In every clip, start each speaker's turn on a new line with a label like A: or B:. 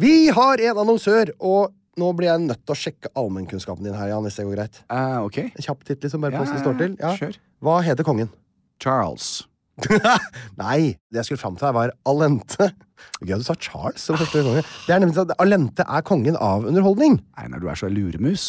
A: Vi har en annonsør, og nå blir jeg nødt til å sjekke allmennkunnskapen din her, Jan, hvis det går greit.
B: Eh, ok.
A: En kjapp titt, liksom, bare
B: Ja,
A: på hvordan det
B: ja,
A: står til.
B: ja, kjør.
A: Hva heter kongen?
B: Charles.
A: Nei, det jeg skulle fram til her, var Alente. Gøy at du sa Charles som første konge. Det er nemlig sånn at Alente er kongen av underholdning.
B: Einar, du er så luremus.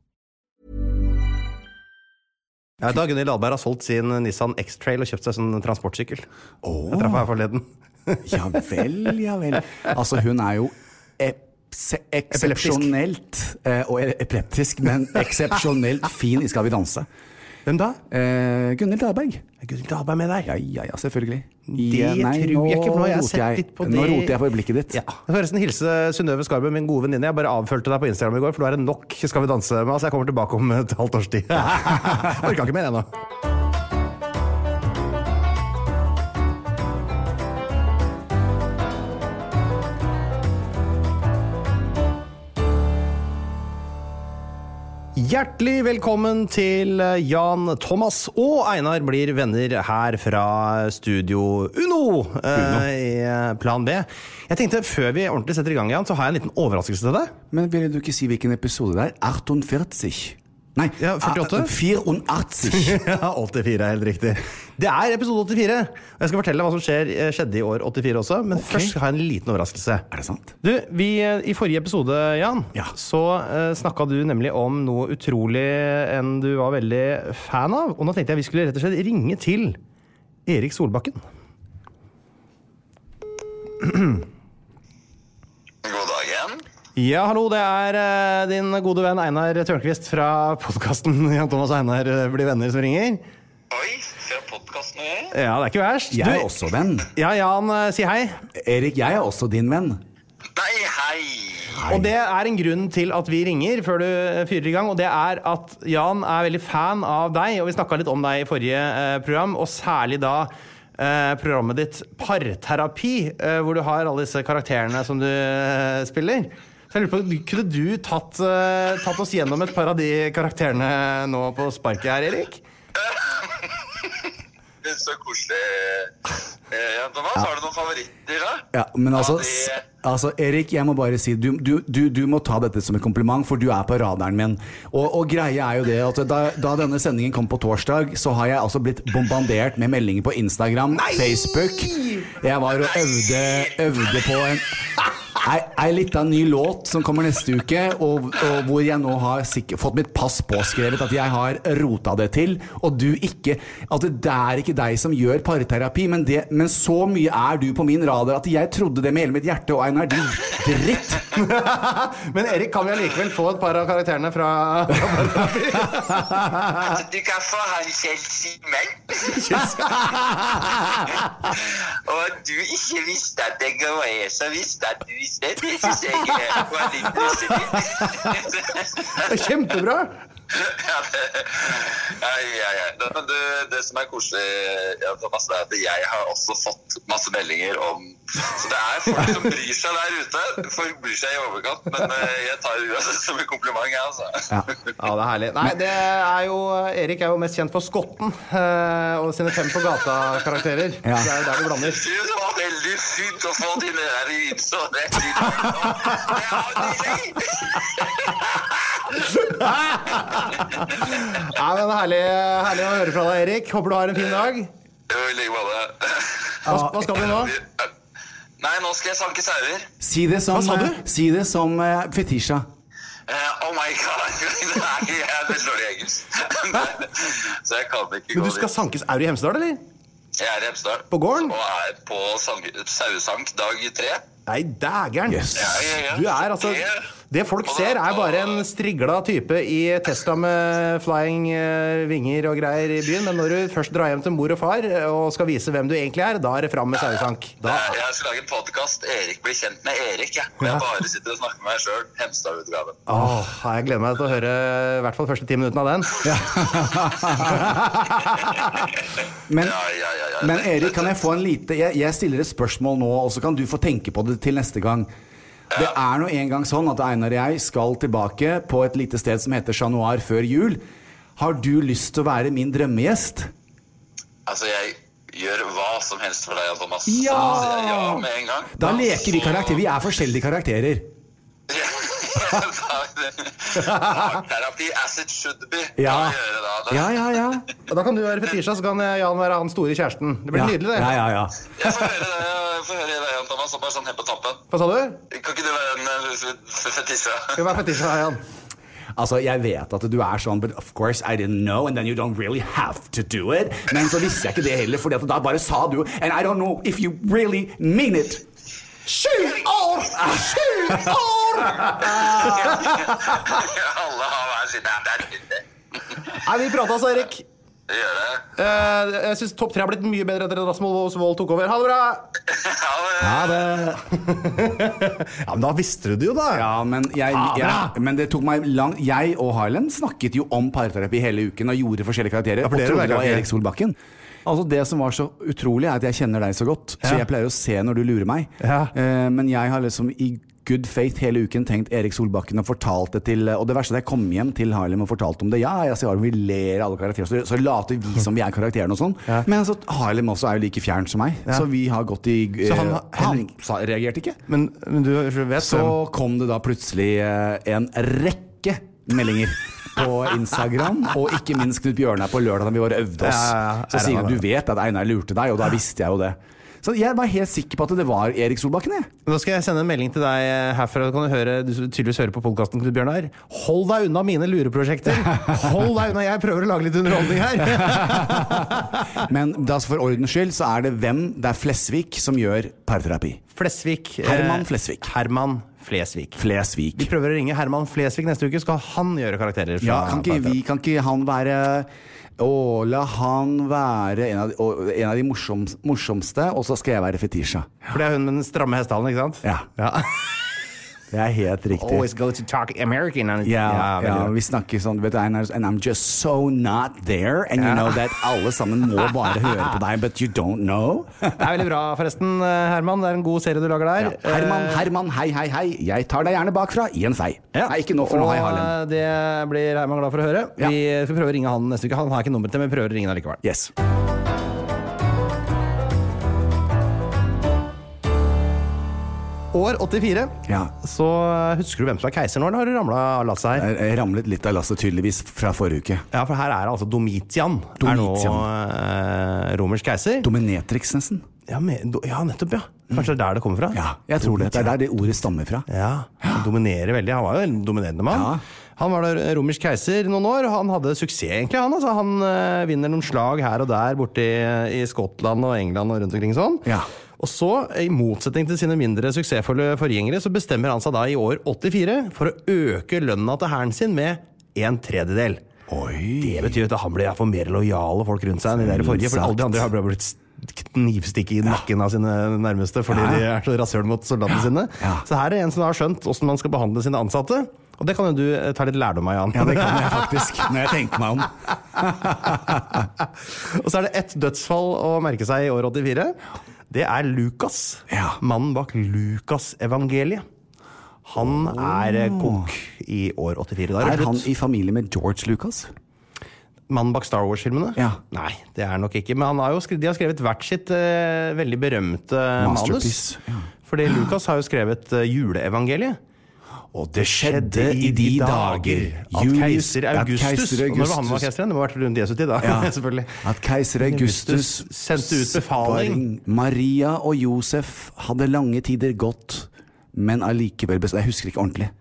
C: Ja, da Gunhild Dahlberg har solgt sin Nissan X-Trail og kjøpt seg sånn transportsykkel. Jeg traff henne her forleden.
B: Ja vel, ja vel. Altså, hun er jo eps- eksepsjonelt eh, Og e- epileptisk, men eksepsjonelt fin i Skal vi danse.
C: Hvem da?
B: Eh, Gunhild Dahlberg.
C: Er Gunhild Dahlberg med der?
B: Ja, ja, ja, selvfølgelig.
C: Det
B: Ja, nei,
C: tror jeg
B: nå
C: ikke, for nå har jeg
B: roter
C: sett litt på
B: Nå
C: det.
B: roter jeg på blikket ditt.
C: Ja. Jeg får forresten hilse Synnøve Skarbø, min gode venninne. Jeg bare avfølte deg på Instagram i går, for nå er det nok Skal vi danse med oss. Jeg kommer tilbake om et halvt års tid. Orka ikke mer ennå. Hjertelig velkommen til eh, Jan Thomas og Einar blir venner her fra studio Uno, eh, i Plan B. Jeg tenkte Før vi ordentlig setter i gang, Jan, så har jeg en liten overraskelse til deg.
B: Men ville du ikke si hvilken episode det er? 48? Nei,
C: Ja, 48.
B: ah, 84.
C: Ja, 84 er helt riktig. Det er episode 84. Og jeg skal fortelle deg hva som skjer, eh, skjedde i år 84 også, men først har jeg en liten overraskelse.
B: Er det sant?
C: Du, vi, eh, I forrige episode, Jan,
B: Ja.
C: så uh, snakka du nemlig om noe utrolig eh, enn du var veldig fan av. Og nå tenkte jeg vi skulle rett og slett ringe til Erik Solbakken.
D: God dagen.
C: Ja, hallo, det er eh, din gode venn Einar Tørnquist fra podkasten Jan Thomas og Einar eh, blir venner som ringer.
D: Oi, fra podkasten jeg.
C: Ja, det er ikke verst.
B: Jeg er
C: Du-
B: også venn.
C: Ja, Jan, eh, si hei.
B: Erik, jeg er også din venn.
D: Nei, hei.
C: Og det er en grunn til at vi ringer før du eh, fyrer i gang, og det er at Jan er veldig fan av deg, og vi snakka litt om deg i forrige eh, program, og særlig da eh, programmet ditt Parterapi, eh, hvor du har alle disse karakterene som du eh, spiller. Så jeg lurer på, Kunne du tatt, eh, tatt oss gjennom et par av de karakterene nå på sparket her, Erik?
D: Det er Så koselig. Eh, Jan Thomas, har du noen favoritter, da?
B: Ja, men altså,
D: Av
B: s-
D: de-
B: altså Erik, jeg må bare si du, du, du, du må ta dette som en kompliment, for du er på radaren min. Og, og greia er jo det at da, da denne sendingen kom på torsdag, så har jeg altså blitt bombardert med meldinger på Instagram, Facebook. Jeg var og øvde, øvde på en Ei, ei lita ny låt som kommer neste uke, og, og hvor jeg nå har sikk- fått mitt pass påskrevet at jeg har rota det til, og du ikke At det er ikke deg som gjør parterapi, men, det, men så mye er du på min radar at jeg trodde det med hele mitt hjerte, og Einar, din dritt!
C: Men Erik, kan vi allikevel få et par av karakterene fra
D: Altså, Du kan få han Kjell Simen. Og du ikke visste at det var jeg som visste at du visste. Det syns jeg eh, var litt pussig.
C: Kjempebra!
D: ja, det- ja, ja, ja. Men Det, det som er koselig, ja, Thomas, det er at jeg har også fått masse meldinger om Så det er folk som bryr seg der ute. Folk bryr seg i overkant, men eh, jeg tar det uansett som en kompliment, jeg, altså.
C: Ja, det er herlig. Nei, det er jo Erik er jo mest kjent for Skotten eh, og sine Fem på gata-karakterer.
B: Ja.
C: Det er jo der du blander.
D: Du, det var veldig fint å få dine der i så det er fint.
C: Nei, men herlig, herlig å høre fra deg, Erik. Håper du har en fin dag.
D: Det var i like måte.
C: Hva, hva skal du nå?
D: Nei, nå skal jeg sanke sauer.
B: Si det som,
C: Hva sa du?
B: eh, Si det som eh, Fetisha.
D: Eh, oh my god! Nei, jeg er veldig dårlig i engelsk. Så jeg kan ikke
C: Men
D: gå
C: du skal sankes. Er du i Hemsedal, eller?
D: dit. Jeg er i Hemsedal.
C: På gården?
D: Og er på sang- sauesank dag tre.
C: Nei, dægeren.
D: Ja, ja, ja.
C: Du er altså Det folk ser, er bare en strigla type i Tesla med flying eh, vinger og greier i byen, men når du først drar hjem til mor og far eh, og skal vise hvem du egentlig er, da er det fram med sauesank. Da
D: Eh, Jeg skal lage en podkast. Erik blir kjent med Erik. Jeg,
C: Ja.
D: jeg bare sitter og snakker med meg sjøl. Hemsedal-utgaven.
C: Åh, jeg gleder meg til å høre i hvert fall de første ti minuttene av den.
B: Men,
D: Ja, ja, ja, ja.
B: men Erik, kan jeg få en lite jeg, jeg stiller et spørsmål nå, og så kan du få tenke på det til neste gang. Det er nå en gang sånn at Einar og jeg skal tilbake på et lite sted som heter Chat Noir før jul. Har du lyst til å være min drømmegjest?
D: Altså, jeg gjør hva som helst for deg, Jan Thomas.
B: Ja!
D: Så sier jeg ja med en gang.
B: Da leker vi karakter. Vi er forskjellige karakterer.
D: Parterapi as it should be.
B: Ja.
D: Kan vi gjøre da?
B: Ja, ja, ja.
C: Og da kan du være Fetisha, så kan Jan være han store kjæresten. Det blir
B: Ja,
C: nydelig,
B: ja,
C: det.
B: ja, ja.
D: Jeg får høre det, jeg får høre det Jan Thomas. Og bare sånn helt på tappen.
C: Hva sa du?
D: Kan ikke du være en eh, f- f- fetisja?
C: Skal være Fetisha, Jan.
B: Altså, jeg vet at du er sånn But of course I didn't know And then you don't really have to do it Men så visste jeg ikke det heller Fordi at da bare sa du And I don't know if you really mean it Sju år! Sju år!
D: Alle har hver sin. Nei, det er nydelig.
C: Nei, vi prata altså, Erik.
D: Vi gjør det.
C: Eh, jeg syns topp tre har blitt mye bedre etter at Rasmus Wold tok over. Ha det bra!
D: Ha det.
B: Ja, det...
C: Ja, Men da visste du det jo, da.
B: Ja, men, jeg,
C: bra!
B: jeg, men det tok meg lang Jeg og Harlem snakket jo om parterapi hele uken og gjorde forskjellige karakterer. Og
C: for dere
B: trodde
C: var
B: det var
C: karakterer.
B: Erik Solbakken. Altså Det som var så utrolig, er at jeg kjenner deg så godt, så
C: Ja.
B: jeg pleier å se når du lurer meg.
C: Ja.
B: Eh, men jeg har liksom i good faith hele uken tenkt Erik Solbakken og fortalt det til Og det verste er at jeg kom hjem til Harlem og fortalte om det. Ja, jeg ser Harlem, vi ler alle karakterer, så, så later vi som vi er karakterene og sånn.
C: Ja.
B: Men så, Harlem også er jo like fjern som meg, så vi har gått i eh,
C: Så han
B: han,
C: har- han-
B: sa- reagerte ikke.
C: Men, men du vet
B: Så kom det da plutselig eh, en rekke meldinger på Instagram, og ikke minst Knut Bjørnar på lørdag da vi bare øvde oss.
C: Ja, ja, ja.
B: Så sier hun du vet at Einar lurte deg, og da visste jeg jo det. Så jeg var helt sikker på at det var Erik Solbakken, jeg.
C: Da skal jeg sende en melding til deg eh, herfra. Da Kan du, høre, du tydeligvis hører på podkasten, Knut Bjørnar. Hold deg unna mine lureprosjekter! Hold deg unna! Jeg prøver å lage litt underholdning her!
B: Men da, for ordens skyld så er det hvem? Det er Flesvig som gjør parterapi.
C: Flesvig. eh,
B: Herman Flesvig.
C: Herman Flesvig. Vi
B: Flesvig.
C: prøver å ringe Herman Flesvig neste uke. Skal han gjøre karakterer? fra
B: Ja, kan ikke,
C: Parter.
B: vi, kan ikke han være Å, la han være en av de, å, en av de morsoms, morsomste, og så skal jeg være fetisja.
C: For det er hun med den stramme hestehalen, ikke sant?
B: Ja. Det er helt riktig.
C: Always go to talk American. and-
B: Ja,
C: veldig
B: ja,
C: bra.
B: vi snakker sånn du vet, Einar, And I'm just so not there And you know that alle sammen må bare høre på deg But you don't know
C: Det er veldig bra, forresten, eh, Herman. Det er en god serie du lager der.
B: Herman, Herman, hei, hei, hei Jeg tar deg gjerne bakfra i en fei Nei, ikke nå for nå har jeg Harlem
C: Eh, Og det blir Herman glad for å høre.
B: Ja.
C: Vi skal prøve å ringe han neste uke. Han har ikke nummeret til, men vi prøver å ringe han likevel.
B: Yes
C: År 84.
B: Ja
C: Så eh, husker du hvem som er keiser nå, eller har du ramla av lasset her?
B: Jeg jeg ramlet litt av lasset tydeligvis fra forrige uke
C: Ja, for her er det altså Domitian. Er nå
B: Domitian.
C: eh, romersk keiser.
B: Dominatrix nesten
C: Ja, men, do- ja nettopp, ja. Kanskje det er der det kommer fra?
B: Mm. Ja, jeg tror det. Det er der det ordet stammer fra.
C: Ja, han dominerer veldig. Han var jo en dominerende mann.
B: Ja.
C: Han var da romersk keiser noen år, og han hadde suksess, egentlig. Han, altså, han eh, vinner noen slag her og der borte i, i Skottland og England og rundt omkring sånn.
B: Ja.
C: Og så, i motsetning til sine mindre suksessfulle forgjengere, så bestemmer han seg da i år 84 for å øke lønna til hæren sin med en tredjedel.
B: Oi.
C: Det betyr at han blir iallfall mer lojale folk rundt seg enn de der forrige, for alle de andre har bare blitt knivstikket i nakken av sine nærmeste fordi de er så rasshøl mot soldatene sine.
B: Ja.
C: Så her er en som har skjønt åssen man skal behandle sine ansatte. Og det kan jo du eh, ta litt lærdom av, Jan.
B: Ja, det kan jeg faktisk, når jeg tenker meg om.
C: og så er det ett dødsfall å merke seg i år 84. Det er Lukas.
B: Ja.
C: Mannen bak Lukasevangeliet. Han er eh, kokk i år 84. Da
B: Er
C: det
B: han
C: slutt.
B: i familie med George Lucas?
C: Mannen bak Star Wars-filmene?
B: Ja.
C: Nei, det er han nok ikke. Men han har jo skrevet, de har skrevet hvert sitt eh, veldig berømte manus.
B: Masterpiece, ja.
C: Fordi Lucas har jo skrevet eh, juleevangeliet.
B: Og det skjedde i de dager
C: at
B: Julius-
C: keiser
B: at
C: Augustus,
B: keiser
C: Og Når var han var
B: Augustus-
C: keiseren? Det må ha vært rundt Jesu tid, da.
B: Ja.
C: selvfølgelig.
B: At keiser Augustus
C: Augustus sendte ut befaling.
B: Sparing. Maria og Josef hadde lange tider gått, men allikevel bes- Jeg husker ikke ordentlig.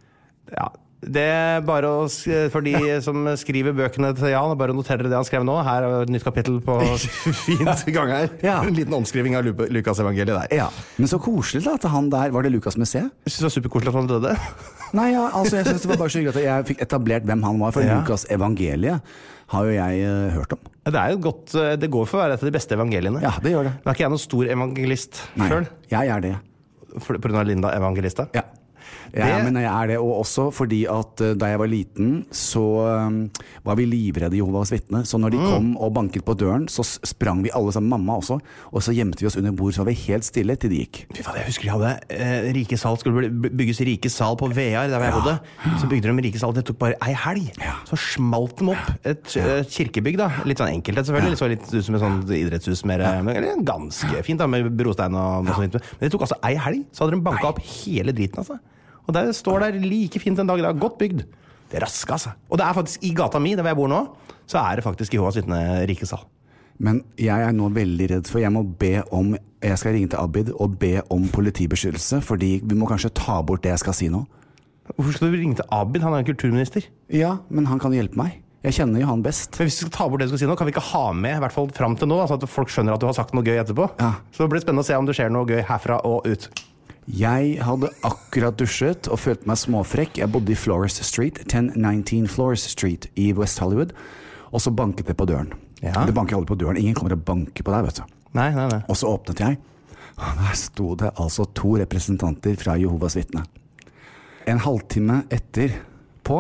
C: Ja. Det er bare å, sk- For de som skriver bøkene til Jan, bare noterer det han skrev nå. Her er et nytt kapittel på fint i gang her.
B: Ja.
C: En liten omskriving av Lu- Lukasevangeliet der.
B: Ja, Men så koselig da at han der Var det Lucas Museet?
C: Jeg syns det var superkoselig at han døde.
B: Nei, ja, altså jeg synes det var bare så hyggelig at jeg fikk etablert hvem han var. For
C: Ja.
B: Lucas Evangeliet har jo jeg eh, hørt om.
C: Ja, Det er jo et godt, eh, det går for å være et av de beste evangeliene.
B: Ja, det gjør det.
C: Men er ikke jeg noen stor evangelist
B: Nei,
C: sjøl?
B: jeg er det.
C: Pga. Linda Evangelista?
B: Ja. Jeg,
C: Det-
B: men jeg er det, og også fordi at eh, da jeg var liten, så eh, var vi livredde Jehovas vitner. Så når de kom og banket på døren, så s- sprang vi alle sammen, mamma også, og så gjemte vi oss under bord, så var vi helt stille til de gikk.
C: Fy faen, jeg husker de hadde eh, Rike sal skulle bli- bygges Rike sal på Vear, der hvor jeg bodde. Så bygde de Rike sal. Det tok bare ei helg.
B: Ja.
C: Så smalt de opp. Et eh, kirkebygg, da. Litt sånn enkelthet, selvfølgelig. Så litt ut som et sånt idrettshus. Mer, eh, men eller ganske fint, da, med brostein og noe sånt. Men det tok altså ei helg, så hadde de banka opp hele driten, altså. Og der står der like fint en dag i dag. Godt bygd. Det er raske, altså. Og det er faktisk i gata mi, der hvor jeg bor nå, så er det faktisk Jehovas vitne Rike sal.
B: Men jeg er nå veldig redd, for jeg må be om Jeg skal ringe til Abid og be om politibeskyttelse, fordi vi må kanskje ta bort det jeg skal si nå.
C: Hvorfor skal du ringe til Abid? Han er jo kulturminister.
B: Ja, men han kan hjelpe meg. Jeg kjenner jo han best.
C: Men hvis vi skal ta bort det du skal si nå, kan vi ikke ha med i hvert fall fram til nå, da, sånn at folk skjønner at du har sagt noe gøy etterpå?
B: Ja.
C: Så det blir spennende å se om det skjer noe gøy herfra og ut.
B: Jeg hadde akkurat dusjet og følte meg småfrekk. Jeg bodde i Flores Street, 1019 Flores Street i West Hollywood. Og så banket det på døren.
C: Ja.
B: Det banker aldri på døren. Ingen kommer og banker på deg, vet du.
C: Nei, nei, nei.
B: Og så åpnet jeg. Der sto det altså to representanter fra Jehovas vitne. En halvtime etterpå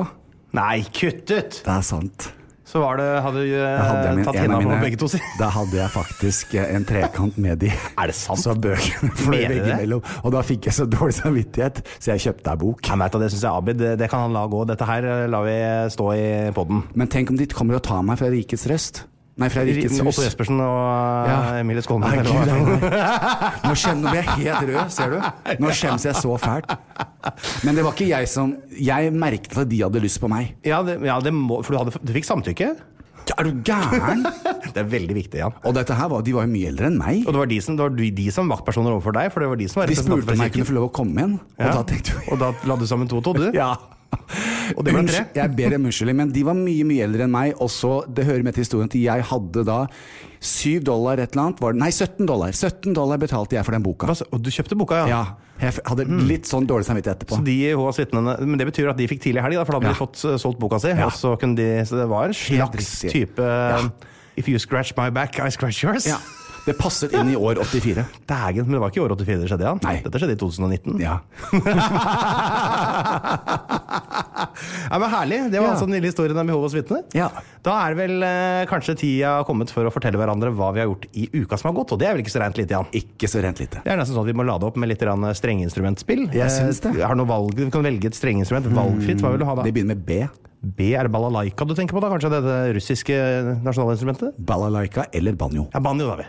C: Nei, kutt ut!
B: Det er sant.
C: Så var det, hadde du
B: Da hadde jeg
C: eh,
B: min-
C: tatt
B: en av
C: hinna på
B: mine-
C: begge to sider.
B: Da hadde jeg faktisk eh, en trekant med de.
C: Er det sant?
B: Så bøkene fløy
C: Mener du det?
B: veggimellom. Og da fikk jeg så dårlig samvittighet, så jeg kjøpte ei bok.
C: Nei, men vet du, det syns jeg Abid, det, det kan han la gå. Dette her eh, lar vi stå i poden.
B: Men tenk om de kommer og tar meg fra Rikets Røst? Nei, fra Rikets
C: Otto
B: Hus.
C: Jespersen og
B: Ja.
C: eh, Emilie Skålmen.
B: Nei,
C: eller
B: Gud,
C: hva?
B: nei, nei. Nå, skjem, nå ble jeg helt rød, ser du? Nå skjemmes jeg så fælt. Men det var ikke jeg som Jeg merket at de hadde lyst på meg.
C: Ja, det, ja det må, for du, hadde, du fikk samtykke?
B: Ja, Er du gæren?
C: Det er veldig viktig, Jan.
B: Og dette her var, de var jo mye eldre enn meg.
C: Og det var de som, det var de, de som vaktpersoner overfor deg? For det var de som var
B: De
C: representanter
B: spurte
C: for
B: om jeg kunne
C: kirken.
B: få lov å komme inn, og
C: Ja.
B: da tenkte jeg
C: Og da la du sammen to og to, du?
B: Ja.
C: Og det ble tre.
B: Unnskyld, Jeg ber om unnskyldning, men de var mye mye eldre enn meg. Og så, det hører med til historien at jeg hadde da 7 dollar et eller annet var, det- Nei, 17 dollar 17 dollar betalte jeg for den boka.
C: Hva sa- Og du kjøpte boka, ja? Mm.
B: Ja, Jeg f- hadde litt sånn dårlig samvittighet etterpå.
C: Så de Jehovas vitnene, men det betyr at de fikk tidlig helg, da, for da hadde
B: Ja.
C: de fått eh, solgt boka si.
B: Ja.
C: Og så, kunne de, så det var en slags
B: riktig.
C: type eh,
B: Ja.
C: If you scratch my back, I scratch yours.
B: Ja, Det passet inn i år 84.
C: Dægen, men det var ikke i år 84 det skjedde, Jan.
B: Nei.
C: Dette skjedde i 2019.
B: Ja.
C: ja, men Herlig. Det var
B: Ja.
C: altså den lille historien om Jehovas vitne.
B: Ja.
C: Da er vel eh, kanskje tida kommet for å fortelle hverandre hva vi har gjort i uka som har gått, og det er vel ikke så rent lite, Jan?
B: Ikke så rent lite.
C: Det er nesten sånn at vi må lade opp med litt grann strengeinstrumentspill.
B: Jeg syns det.
C: Eh, Har du noe valg? Du kan velge et strengeinstrument. Valgfritt. Hva vil du ha da?
B: Det begynner med B.
C: B er det balalaika du tenker på, da? Kanskje det, er det russiske nasjonalinstrumentet?
B: Balalaika eller banjo.
C: Ja, banjo, da. vi.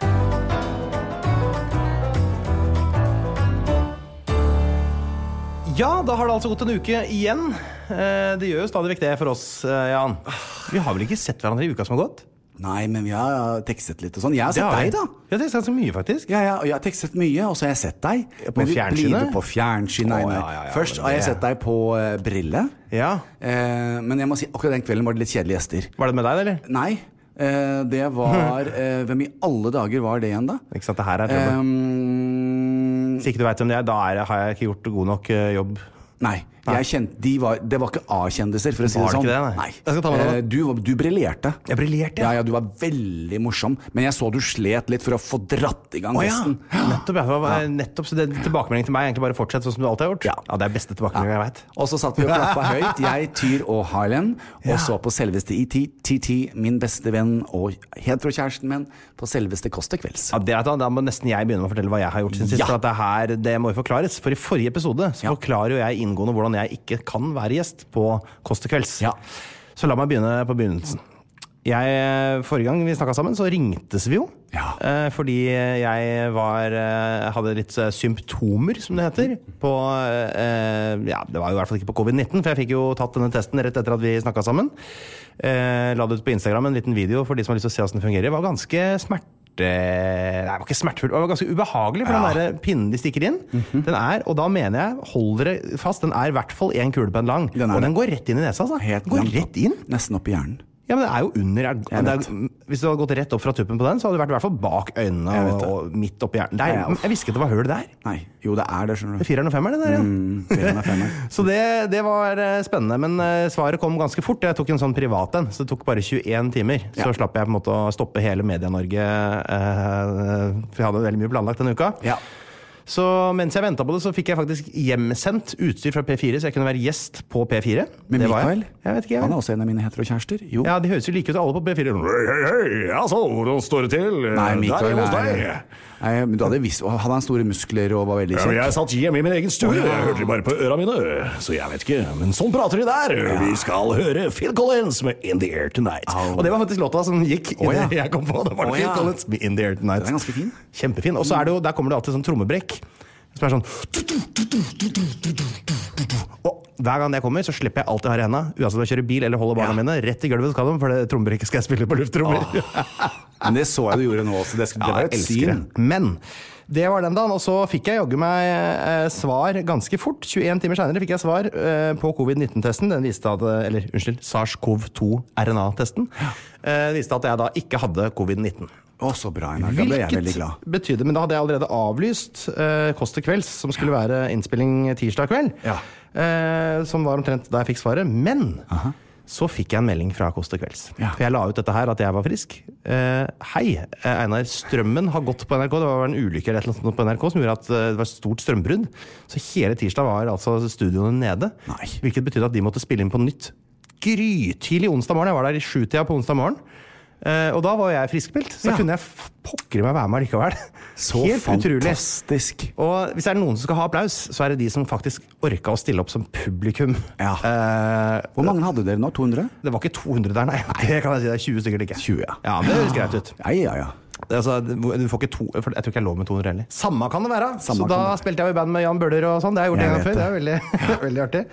C: Ja, da har det altså gått en uke igjen. Eh, Det gjør jo stadig vekk det for oss, eh, Jan. Vi har vel ikke sett hverandre i uka som har gått?
B: Nei, men vi har tekstet litt og sånn. Jeg har sett
C: har
B: deg,
C: vi.
B: da.
C: Ja, det er ganske mye, faktisk.
B: Ja, ja, og jeg har tekstet mye, og så har jeg sett deg.
C: På
B: Men vi-
C: fjernsynet?
B: Blir du på fjernsynet? Nei,
C: Å,
B: nei.
C: ja, ja, ja,
B: Først
C: men
B: har jeg
C: det-
B: sett deg på eh, Brille.
C: Ja.
B: Eh, men jeg må si akkurat den kvelden var det litt kjedelige gjester.
C: Var det med deg, eller?
B: Nei. Eh, det var eh, Hvem i alle dager var det igjen, da?
C: Ikke sant, det her er trøbbel.
B: Um,
C: Hvis ikke du veit hvem det er, da er, det- har jeg ikke gjort god nok eh, jobb.
B: Nei. Jeg kjente, de var, det var ikke A-kjendiser, for å si
C: Var
B: det sånn.
C: det ikke det, nei? Jeg skal ta med
B: Eh,
C: det,
B: du, var- du briljerte.
C: Jeg briljerte, ja.
B: ja. ja. Du var veldig morsom. Men jeg så du slet litt for å få dratt i gang
C: Å
B: festen.
C: Nettopp, ja. Det var- nettopp, så det tilbakemelding til meg er egentlig bare fortsett sånn som du alltid har gjort.
B: Ja.
C: det er beste tilbakemeldingen jeg veit.
B: Og så satt vi og klappa høyt, jeg, Tyr og Harlem, og så på selveste E ET, TT, min beste venn og heterokjæresten min, på selveste Kåss til kvelds.
C: Ja, det, vet du hva, da må nesten jeg begynne med å fortelle hva jeg har gjort siden sist.
B: Ja.
C: for at Det, her, det må jo forklares. For i forrige episode så
B: Ja.
C: forklarer jo jeg inngående hvordan jeg ikke kan være gjest på Kåss til kvelds.
B: Ja.
C: Så la meg begynne på begynnelsen. Jeg, forrige gang vi snakka sammen, så ringtes vi jo.
B: Ja.
C: Eh, fordi jeg var eh, hadde litt eh, symptomer, som det heter, på eh, Ja, det var jo i hvert fall ikke på covid-19, for jeg fikk jo tatt denne testen rett etter at vi snakka sammen. Eh, la det ut på Instagram, en liten video for de som har lyst til å se åssen det fungerer. Det var ganske smerte... Nei, det var ikke smertefullt. Det var ganske ubehagelig, for den der pinnen de stikker inn,
B: Mhm.
C: den er, og da mener jeg, hold dere fast, den er i hvert fall én kule på en lang.
B: Den er
C: og
B: det.
C: den går rett inn i nesa, altså.
B: Helt
C: går
B: langt
C: rett inn.
B: Nesten opp i hjernen.
C: Ja, men det er jo under er, det er, Hvis du hadde gått rett opp fra tuppen på den, så hadde det vært i hvert fall bak øynene
B: Jeg vet
C: og,
B: det.
C: og midt oppi hjernen. Det er-
B: Ja, ja.
C: men jeg visste ikke at det var hull der.
B: Nei. Jo, det er det, skjønner
C: Det er
B: du.
C: fireren og femmeren, det der, ja.
B: Mm, fireren og femmeren.
C: Så det, det var eh, spennende, men eh, svaret kom ganske fort. Jeg tok en sånn privat en, så det tok bare 21 timer. Så
B: Ja.
C: slapp jeg på en måte å stoppe hele Media-Norge, eh, for jeg hadde veldig mye planlagt denne uka.
B: Ja.
C: Så mens jeg venta på det, så fikk jeg faktisk hjemsendt utstyr fra P4, så jeg kunne være gjest på P4.
B: Men
C: Det var
B: Mikael,
C: jeg. Jeg vet ikke, jeg.
B: han er også en av mine heterokjærester. Jo.
C: Ja, de høres jo like ut alle på P4.
E: Hei, hei, hei, altså, hvordan står det til?
B: Nei, Mikael
E: Der
B: er
E: hos deg.
B: Nei, Eh, men du hadde visst, og Han har store muskler og var veldig
E: Ja, men
B: kjekk.
E: jeg satt hjemme i min egen stue, jeg hørte det bare på øra mine, så jeg vet ikke, men sånn prater de der. Vi skal høre Phil Collins med In The Air Tonight.
C: Og det var faktisk låta som gikk i
B: Å, ja.
C: det jeg kom på. Det var
B: Å,
C: Phil
B: ja.
C: Collins med In The Air Tonight.
B: Den er ganske fin.
C: Kjempefin. Og så er det jo, der kommer det alltid sånn trommebrekk. Som er sånn Og hver gang jeg kommer, så slipper jeg alt jeg har i henda. Uansett om jeg kjører bil eller holder barna mine. Rett i gulvet skal de, for det trommebrekket skal jeg spille på lufttrommer.
B: Men det så jeg du gjorde nå også. Det, skulle,
C: Ja,
B: det var
C: jeg
B: et
C: elsker det.
B: syn.
C: Men det var den dagen, og så fikk jeg jaggu meg eh, svar ganske fort. 21 timer seinere fikk jeg svar eh, på covid-19-testen. Den viste at, eh, eller unnskyld, SARS-CoV-2-RNA-testen. Eh, viste at jeg da ikke hadde covid-19.
B: Å, så bra, Einar. Da ble jeg veldig glad.
C: betydde Men da hadde jeg allerede avlyst eh, Kåss til kvelds, som skulle være innspilling tirsdag kveld.
B: Ja.
C: Eh, som var omtrent da jeg fikk svaret. Men så fikk jeg en melding fra Kåss til kvelds.
B: Ja.
C: For jeg la ut dette her, at jeg var frisk. Eh, hei, eh, Einar. Strømmen har gått på NRK. Det var en ulykke eller et eller annet på NRK som gjorde at eh, det var et stort strømbrudd. Så hele tirsdag var altså studioene nede.
B: Nei.
C: Hvilket betydde at de måtte spille inn på nytt grytidlig onsdag morgen. Jeg var der i sjutida på onsdag morgen. Eh, og da var jeg friskmeldt, så
B: Ja.
C: kunne jeg f- pokker i meg være med likevel.
B: Så
C: Helt utrolig.
B: fantastisk.
C: Og hvis det er noen som skal ha applaus, så er det de som faktisk orka å stille opp som publikum.
B: Ja.
C: Eh,
B: Hvor mange hadde dere nå? 200?
C: det var ikke 200 der, nei. Det kan jeg si, det er 20 stykker det ikke er.
B: 20, ja.
C: ja, men det høres greit ut.
B: Ja, ja, ja.
C: Det er Altså, du får ikke to, for jeg tror ikke jeg er lov med 200 heller. Samme kan det være.
B: Samme
C: så da
B: kan det være.
C: spilte jeg jo i band med Jan Bøhler og sånn. Det har jeg gjort
B: Jeg
C: en gang
B: vet
C: før. Det er veldig, veldig artig.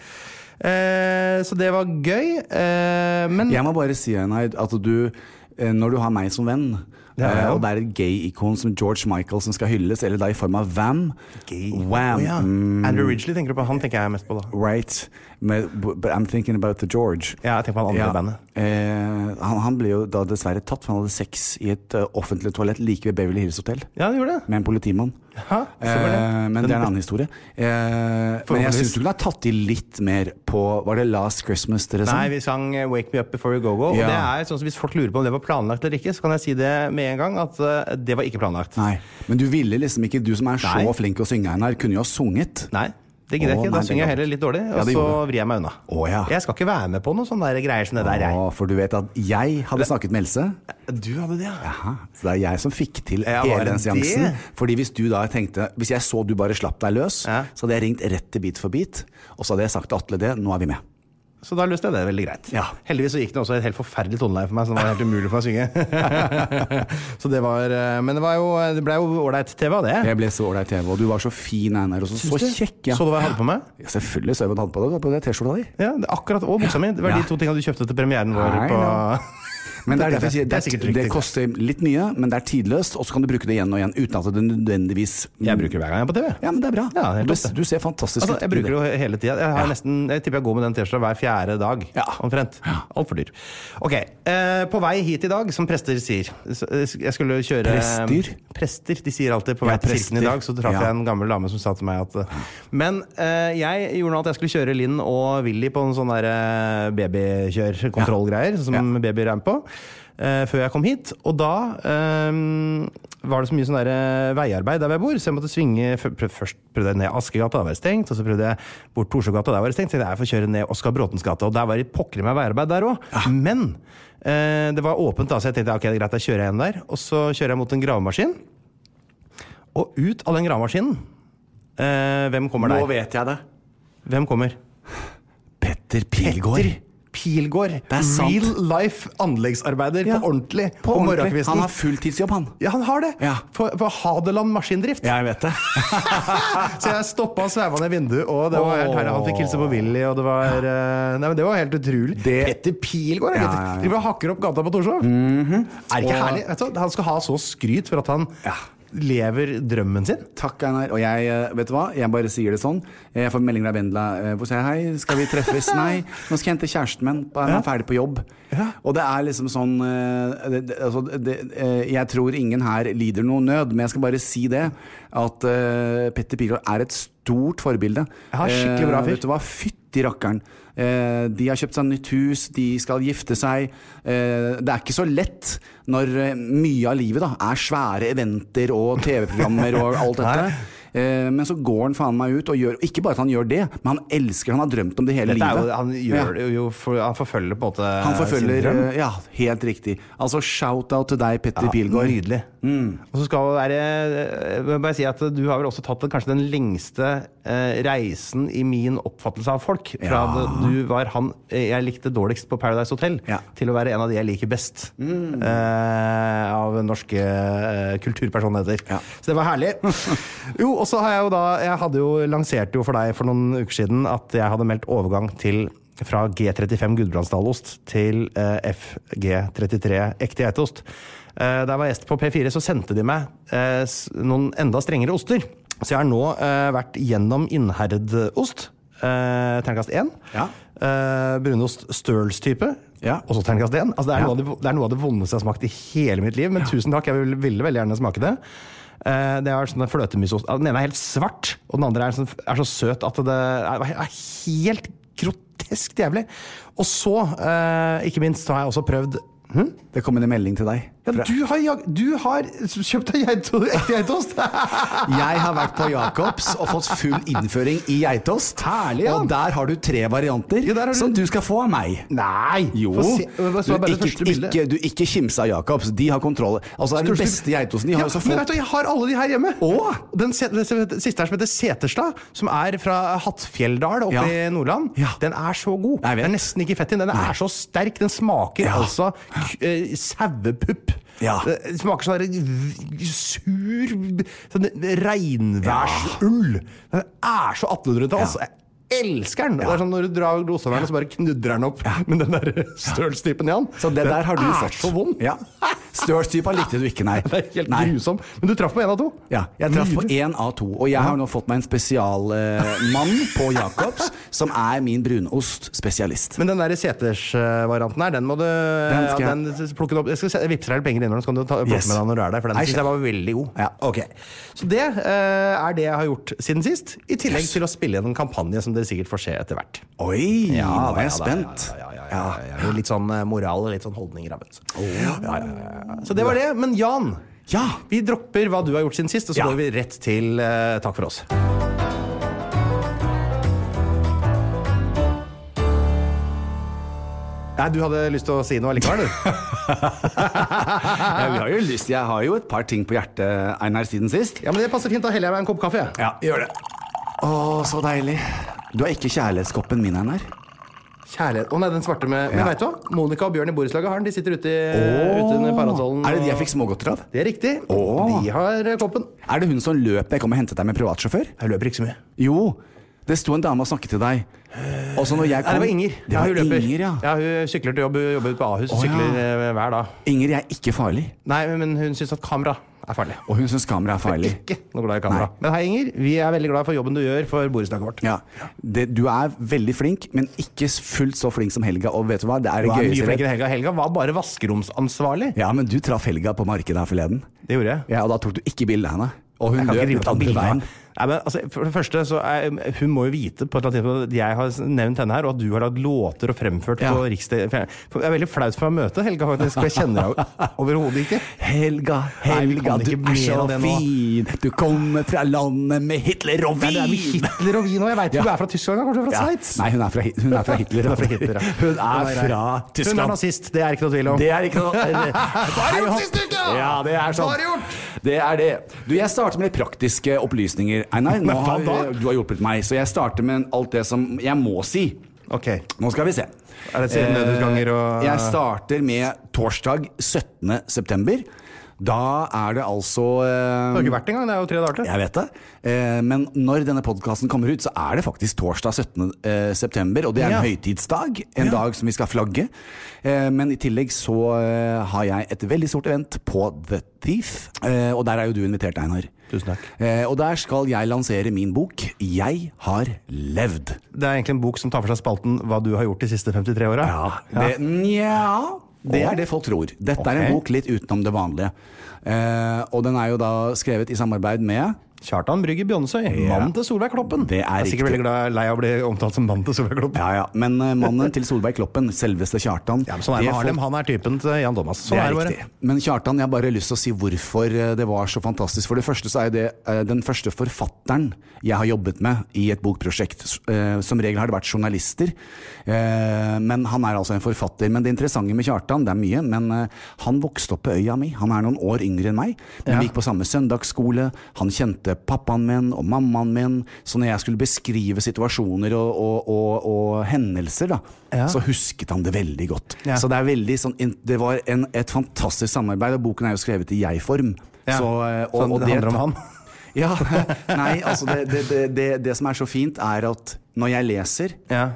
C: Eh, så det var gøy. Eh, men
B: Mm. Jeg må bare si, Einar, at du eh, når du har meg som venn,
C: Det har jeg
B: eh,
C: jo.
B: og det er et gay-ikon som George Michael som skal hylles, eller da i form av Vam Wham.
C: Å ja.
B: Mm,
C: Andrew Ridgely tenker du på. Han tenker jeg mest på, da.
B: right. Med, but I'm thinking about the George.
C: Ja, jeg tenker på han andre
B: Ja.
C: i bandet.
B: Eh, han, han ble jo da dessverre tatt, for han hadde sex i et eh, offentlig toalett like ved Beverly Hills Hotell.
C: Ja, det gjorde det.
B: Med en politimann.
C: Hæ?
B: Eh,
C: Så var det.
B: men det er en annen historie. Eh, men jeg
C: Forhåpentligvis.
B: syns du kunne ha tatt i litt mer på Var det Last Christmas dere sang?
C: Nei, vi sang eh, 'Wake Me Up Before You Go-Go'. Og
B: Ja.
C: det er sånn som Hvis folk lurer på om det var planlagt eller ikke, så kan jeg si det med en gang at eh, det var ikke planlagt.
B: Nei, men du ville liksom ikke Du som er så
C: Nei.
B: flink til å synge, Einar, kunne jo ha sunget.
C: Nei, det gidder jeg
B: Å,
C: ikke.
B: nei,
C: Da
B: det
C: synger jeg
B: gadd-
C: heller litt dårlig,
B: Ja,
C: og
B: det
C: så
B: gjorde
C: vrir jeg meg unna.
B: Å, ja.
C: Jeg skal ikke være med på noen sånne der greier som det der, jeg.
B: Å, for du vet at jeg hadde snakket med Else.
C: Du hadde det, ja?
B: Jaha, så det er jeg som fikk til
C: Ja, var
B: hele
C: det
B: den seansen.
C: det?
B: Fordi hvis du da tenkte Hvis jeg så du bare slapp deg løs,
C: Ja.
B: så hadde jeg ringt rett til Bit for bit, og så hadde jeg sagt til Atle det, nå er vi med.
C: Så da løste jeg det veldig greit.
B: Ja.
C: Heldigvis så gikk det også et helt forferdelig toneleie for meg, så det var helt umulig for meg å synge. så det var eh, Men det, var jo, det ble jo ålreit TV av det.
B: Jeg ble så ålreit TV, og du var så fin, Einar, og så, så kjekk. Ja.
C: Så du hva jeg hadde på meg?
B: ja, selvfølgelig så jeg hva du hadde på deg, du hadde på deg T-skjorta di.
C: Ja, det er akkurat, Og buksa mi. Det var de to tinga du kjøpte til premieren vår
B: Nei,
C: på
B: Men det er derfor jeg sier
C: Det er
B: det,
C: sikkert
B: er- det
C: riktig.
B: koster litt mye, men det er tidløst, og så kan du bruke det igjen og igjen uten at det nødvendigvis
C: Jeg bruker det hver gang jeg er på TV.
B: Ja, men det er bra.
C: Ja, det er
B: du,
C: topp, det.
B: du ser fantastisk
C: Altså,
B: ut
C: jeg
B: i
C: bruker det jo hele tida. Jeg, har nesten, jeg tipper jeg går med den T-skjorta hver fjerde dag.
B: Ja.
C: Omtrent. Altfor dyr. Ok, eh, På vei hit i dag, som prester sier så, eh, Jeg skulle kjøre
B: Prester?
C: Prester, De sier alltid 'på vei
B: Ja,
C: til kirken i
B: prester.
C: dag', så traff
B: Ja.
C: jeg en gammel dame som sa til meg at eh, Men eh, jeg gjorde nå at jeg skulle kjøre Linn og Willy på en sånn der eh, babykjør-kontrollgreier, som babyer er med på. eh, før jeg kom hit. Og da eh, var det så mye sånn der, eh, veiarbeid der hvor jeg bor, så jeg måtte svinge f- prøv, Først prøvde jeg ned Askegata, der var det stengt. Og så prøvde jeg bort Torsjogata, der var det stengt. Så tenkte jeg jeg får kjøre ned Oskar Bråtens gate, og der var det pokker meg veiarbeid der òg. Men eh, det var åpent, da, så jeg tenkte ok, det er greit, da kjører jeg igjen der. Og så kjører jeg mot en gravemaskin. Og ut av den gravemaskinen eh, Hvem kommer
B: Nå
C: der?
B: vet jeg det.
C: Hvem kommer?
B: Petter Pilgaard.
C: Petter Pilgaard.
B: er sant.
C: Real life anleggsarbeider
B: Ja.
C: på ordentlig. På,
B: På ordentlig.
C: morgenkvisten.
B: Han har fulltidsjobb, han.
C: Ja, han har det!
B: Ja.
C: På, på Hadeland Maskindrift.
B: Jeg vet det.
C: Så jeg stoppa og sveiva ned vinduet, og det var helt herlig. Han fikk hilse på Willy, og det var eh, Nei, men det var helt utrolig.
B: Det-
C: Petter Pilgaard,
B: Ja,
C: ja,
B: ja, ja. Mhm.
C: driver og hakker opp gata på Torshov. Er det ikke
B: Og-
C: herlig? Vet du, hva, han skal ha så skryt for at han
B: Ja.
C: lever drømmen sin.
B: Takk, Einar. Og jeg, eh, vet du hva? Jeg bare sier det sånn. Jeg får melding fra Vendela eh, hvor sier jeg hei, skal vi treffes? Nei, nå skal jeg hente kjæresten min. Han er ferdig på jobb. Og det er liksom sånn eh, det, det, altså, det, eh, Jeg tror ingen her lider noe nød, men jeg skal bare si det. At eh, Petter Pilgaard er et stort forbilde.
C: Ja, skikkelig bra
B: Eh,
C: fyr.
B: Vet du hva? Fytti rakkeren. Eh, de har kjøpt seg nytt hus, de skal gifte seg. Eh, det er ikke så lett når eh, mye av livet da er svære eventer og TV-programmer og alt dette. Eh, men så går han faen meg ut og gjør Ikke bare at han gjør det, men han elsker Han har drømt om det hele
C: Dette er
B: livet.
C: jo, han,
B: Ja.
C: gjør, det jo, for, han forfølger på en måte
B: Han
C: sin
B: forfølger
C: drøm.
B: eh, Ja, helt riktig. Altså shout-out til deg, Petter
C: Ja, Mm.
B: Pilgaard.
C: Nydelig. Og så skal det være eh, jeg vil bare si at Du har vel også tatt den, kanskje den lengste eh, reisen i min oppfattelse av folk. Fra
B: Ja.
C: det- du var han eh, jeg likte dårligst på Paradise Hotel,
B: Ja.
C: til å være en av de jeg liker best.
B: Mm.
C: Eh, av norske eh, kulturpersonligheter.
B: Ja.
C: Så det var herlig. jo, og så har jeg jo da Jeg hadde jo lansert jo for deg for noen uker siden at jeg hadde meldt overgang til fra G35 Gudbrandsdalost til eh, FG33 ekte geitost. Eh, da jeg var gjest på P4, så sendte de meg eh, s- noen enda strengere oster. Så jeg har nå eh, vært gjennom Innherredost, eh, terningkast 1.
B: Ja.
C: Eh, brunost Stirls-type.
B: Ja.
C: Også terningkast 1. Altså, det, er
B: Ja.
C: noe av det, det er noe av det vondeste jeg har smakt i hele mitt liv, men tusen takk. Jeg ville, ville veldig gjerne smake det. Eh, det er sånn en fløtemysost. Den ene er helt svart, og den andre er, sånn, er så søt at det er, er helt groteskt jævlig. Og så, eh, ikke minst, så har jeg også prøvd hm?
B: Det kom inn en melding til deg.
C: ja, du, har, jag- du har kjøpt deg geito- ekte geitost!
B: Jeg har vært på Jacobs og fått full innføring i geitost.
C: Herlig, ja.
B: Og der har du tre varianter
C: der har du-
B: som du skal få av meg.
C: Nei!
B: Jo.
C: Få se- Hva så er bare det
B: du,
C: første
B: ikke,
C: bildet?
B: ikke, du ikke kimse av Jacobs. De har kontroll. Altså, det er den beste geitosten. De har
C: Ja,
B: jo så
C: Men
B: få
C: vet du, jeg har alle de her hjemme.
B: Å!
C: Den se- den se- siste her som heter Seterstad, som er fra Hattfjelldal oppe
B: Ja.
C: i Nordland,
B: Ja.
C: den er så god.
B: Jeg vet.
C: Den er nesten ikke fett i den. Den er så sterk. Den smaker
B: Ja.
C: altså k- eh, sauepupp.
B: Ja.
C: Det det smaker sånn der v- sur sånn regnværsull. Den er så 1800-tallet. Altså. Jeg elsker den! Det er sånn Når du drar glosevernet, så bare knudrer den opp med den der størrelsestypen i den.
B: Så det
C: Den
B: der har du
C: er
B: fått.
C: så vond.
B: Ja. Størstypa likte du ikke, nei.
C: Det er helt
B: nei.
C: grusom. Men du traff på én av to.
B: Ja, jeg traff på én av to, og jeg har nå fått meg en spesialmann mann på Jacobs, som er min brunostspesialist.
C: Men den der seters-varianten her, den må du den
B: skal
C: ja, den plukke opp. Jeg skal se- jeg vipser deg litt penger innom, så kan du ta, plukke
B: Yes.
C: med deg når du er der. For den
B: Nei,
C: synes jeg var veldig god.
B: Ja.
C: Ok. Så det eh, er det jeg har gjort siden sist. I tillegg til å spille inn en kampanje som dere sikkert får se etter hvert.
B: Oi, nå
C: da,
B: er jeg
C: da,
B: spent.
C: Ja, ja, ja, ja, ja, ja. Litt sånn eh, moral og litt sånn holdninger. da, vet du. Ja, ja, ja, ja. Så det var det. Men Jan,
B: Ja.
C: vi dropper hva du har gjort siden sist, og så
B: Ja.
C: går vi rett til eh, takk for oss. Nei, Du hadde lyst til å si noe likevel, du?
B: Jeg har jo lyst Jeg har jo et par ting på hjertet, Einar, siden sist.
C: Ja, men Det passer fint. Da heller jeg meg en kopp kaffe. jeg.
B: Ja, gjør det. Å, så deilig. Du har ikke kjærlighetskoppen min, Einar.
C: Kjærlighet. Å nei, den svarte med Men
B: Ja.
C: vet du hva? Monica og Bjørn i borettslaget har den. De sitter ute, i- ute Eh, under parasollen.
B: Er det de
C: og-
B: jeg fikk smågodter av?
C: Det er riktig.
B: Å.
C: De har eh, koppen.
B: Er det hun som løp jeg kom og hentet deg med privatsjåfør?
C: Jeg løper ikke så mye.
B: Jo. Det sto en dame og snakket til deg. Og så når jeg
C: Nei,
B: kom
C: det var Inger.
B: Det var
C: ja, hun løper.
B: Inger, ja.
C: ja, Hun sykler til jobb, hun jobber ute på Ahus.
B: Å, ja.
C: Sykler eh, hver dag.
B: Inger, jeg er ikke farlig.
C: Nei, men hun syns at kamera er farlig.
B: Og hun syns kamera er farlig.
C: Ikke noe glad i kamera. Men hei, Inger. Vi er veldig glad for jobben du gjør for borettslaget vårt.
B: Ja. Det, du er veldig flink, men ikke fullt så flink som Helga. Og vet du hva? Det er
C: Du
B: det
C: er mye
B: gøyeste.
C: flinkere enn Helga. Helga var bare vaskeromsansvarlig.
B: Ja, men du traff Helga på markedet her forleden.
C: Det gjorde jeg.
B: Ja, Og da tok du ikke bilde av henne. Og hun
C: Jeg kan ikke
B: løp
C: drive og
B: ut
C: ta
B: andre
C: bilder av
B: veien.
C: henne. Nei, men altså, for det første så er, eh, Hun må jo vite på et eller annet tidspunkt at jeg har nevnt henne her, og at du har lagd låter og fremført
B: Ja.
C: på Riksdag... Det er veldig flaut for meg å møte Helga, faktisk, for jeg kjenner henne jo overhodet ikke.
B: Helga,
C: Nei, vi
B: Helga,
C: kan
B: du er
C: ikke mer
B: så
C: av det nå.
B: fin. Du kommer fra landet med Hitler og
C: Nei, det er med
B: vin!
C: Hitler og vin og Jeg veit ikke
B: Ja.
C: du er fra Tyskland, kanskje fra
B: Ja.
C: Sveits?
B: Nei, hun er fra, Hi- hun er fra Hitler. altså.
C: Hun er fra Hitler, ja.
B: Hun er
C: Nei, nei.
B: fra
C: Hun er
B: Tyskland.
C: nazist, det er ikke noe tvil om.
B: Det er ikke noe Hva
C: du gjort siste uke, da?
B: Ja, det er sånn.
C: Hva har du gjort?
B: Det er det. Du, jeg starter med litt praktiske opplysninger. Einar, nå
C: Men hva
B: har,
C: da?
B: du har hjulpet meg, så jeg starter med alt det som jeg må si.
C: Ok.
B: Nå skal vi se.
C: Er det siden
B: Eh,
C: nødutganger og
B: Jeg starter med torsdag 17. september. Da er det altså eh,
C: Du har ikke vært engang, det er jo tre dager til.
B: jeg vet det. Eh, men når denne podkasten kommer ut, så er det faktisk torsdag 17. eh, september. Og det er en
C: Ja.
B: høytidsdag. En dag som vi skal flagge. Eh, men i tillegg så eh, har jeg et veldig stort event på The Thief. Eh, og der er jo du invitert, Einar.
C: Tusen takk.
B: Eh, og der skal jeg lansere min bok 'Jeg har levd'.
C: Det er egentlig en bok som tar for seg spalten Hva du har gjort de siste 53 åra.
B: Det, nja det er det folk tror. Dette er en
C: Ok.
B: bok litt utenom det vanlige. Eh, og den er jo da skrevet i samarbeid med
C: Kjartan Brygge Bjonsøy, mannen til Solveig Kloppen.
B: Det er
C: jeg er sikkert
B: riktig.
C: veldig glad, lei av å bli omtalt som mannen til Solveig Kloppen.
B: Ja, ja. Men eh, mannen til Solveig Kloppen, selveste Kjartan
C: Ja, men sånn er
B: det
C: det med Harlem.
B: folk-
C: Han er typen til Jan Thomas. Sånn
B: det
C: er
B: er
C: det bare.
B: riktig. Men Kjartan, jeg har bare lyst til å si hvorfor eh, det var så fantastisk. For det første så er jo det eh, den første forfatteren jeg har jobbet med i et bokprosjekt. S- eh, Som regel har det vært journalister, eh, men han er altså en forfatter. Men det interessante med Kjartan, det er mye, men eh, han vokste opp på øya mi. Han er noen år yngre enn meg, men vi gikk på samme søndagsskole. Han kjente pappaen min og mammaen min. Så når jeg skulle beskrive situasjoner og, og, og, og hendelser, da, så husket han det veldig godt.
C: Ja.
B: Så det er veldig sånn in- Det var en, et fantastisk samarbeid, og boken er jo skrevet i jeg-form.
C: Ja.
B: Så, eh, og,
C: Sånn,
B: og
C: det handler om han.
B: Ja. Nei, altså det, det, det, det, det som er så fint, er at når jeg leser
C: Ja.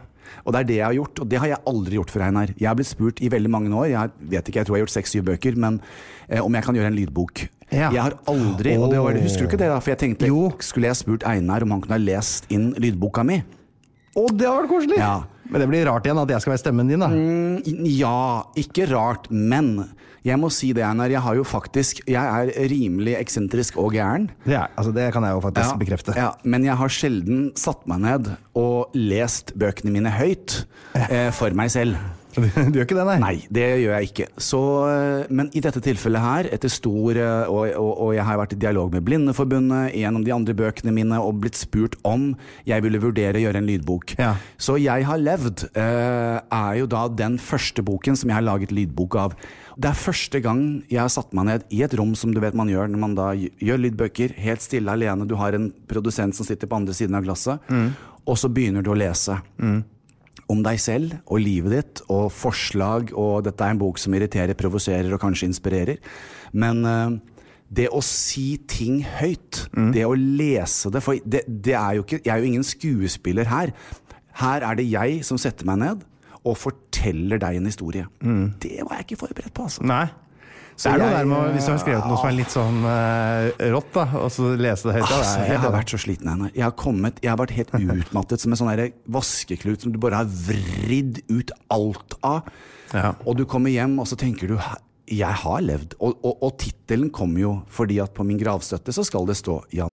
B: Og det er det jeg har gjort, og det har jeg aldri gjort før, Einar. Jeg har blitt spurt i veldig mange år, jeg vet ikke, jeg tror jeg har gjort seks-syv bøker, men eh, om jeg kan gjøre en lydbok.
C: Ja.
B: Jeg har aldri og det var, Husker du ikke det, da? For jeg tenkte,
C: Jo.
B: skulle jeg spurt Einar om han kunne ha lest inn lydboka mi?
C: Å, det har vært koselig!
B: Ja.
C: Men det blir rart igjen at jeg skal være stemmen din, da.
B: Mm. Ja, ikke rart, men jeg må si det, Einar. Jeg har jo faktisk Jeg er rimelig eksentrisk og gæren.
C: Det, er, altså, det kan jeg jo faktisk bekrefte.
B: Ja, men jeg har sjelden satt meg ned og lest bøkene mine høyt eh, for meg selv.
C: Du, du gjør ikke det, nei?
B: Nei, det gjør jeg ikke. Så, eh, men i dette tilfellet her, etter stor eh, og, og, og jeg har vært i dialog med Blindeforbundet gjennom de andre bøkene mine og blitt spurt om jeg ville vurdere å gjøre en lydbok.
C: Ja.
B: Så Jeg har levd eh, er jo da den første boken som jeg har laget lydbok av. Det er første gang jeg har satt meg ned i et rom, som du vet man gjør når man da gjør lydbøker, helt stille alene. Du har en produsent som sitter på andre siden av glasset, og så begynner du å lese om deg selv og livet ditt og forslag, og dette er en bok som irriterer, provoserer og kanskje inspirerer. Men eh, det å si ting høyt, det å lese det For det, det er jo ikke, jeg er jo ingen skuespiller her. Her er det jeg som setter meg ned og forteller deg en historie. Det var jeg ikke forberedt på, altså.
C: Nei. Det er noe
B: jeg-
C: der med, å- Hvis du har skrevet noe som er litt sånn eh, rått, da, og Ah, så lese det høyt da,
B: Altså,
C: det er
B: jeg
C: helt
B: har
C: enig.
B: vært så sliten, Einar. Jeg har kommet, jeg har vært helt utmattet som en sånn derre vaskeklut som du bare har vridd ut alt av.
C: Ja.
B: Og du kommer hjem, og så tenker du "Hæ, Jeg har levd. Og, og, og tittelen kom jo fordi at på min gravstøtte så skal det stå Jan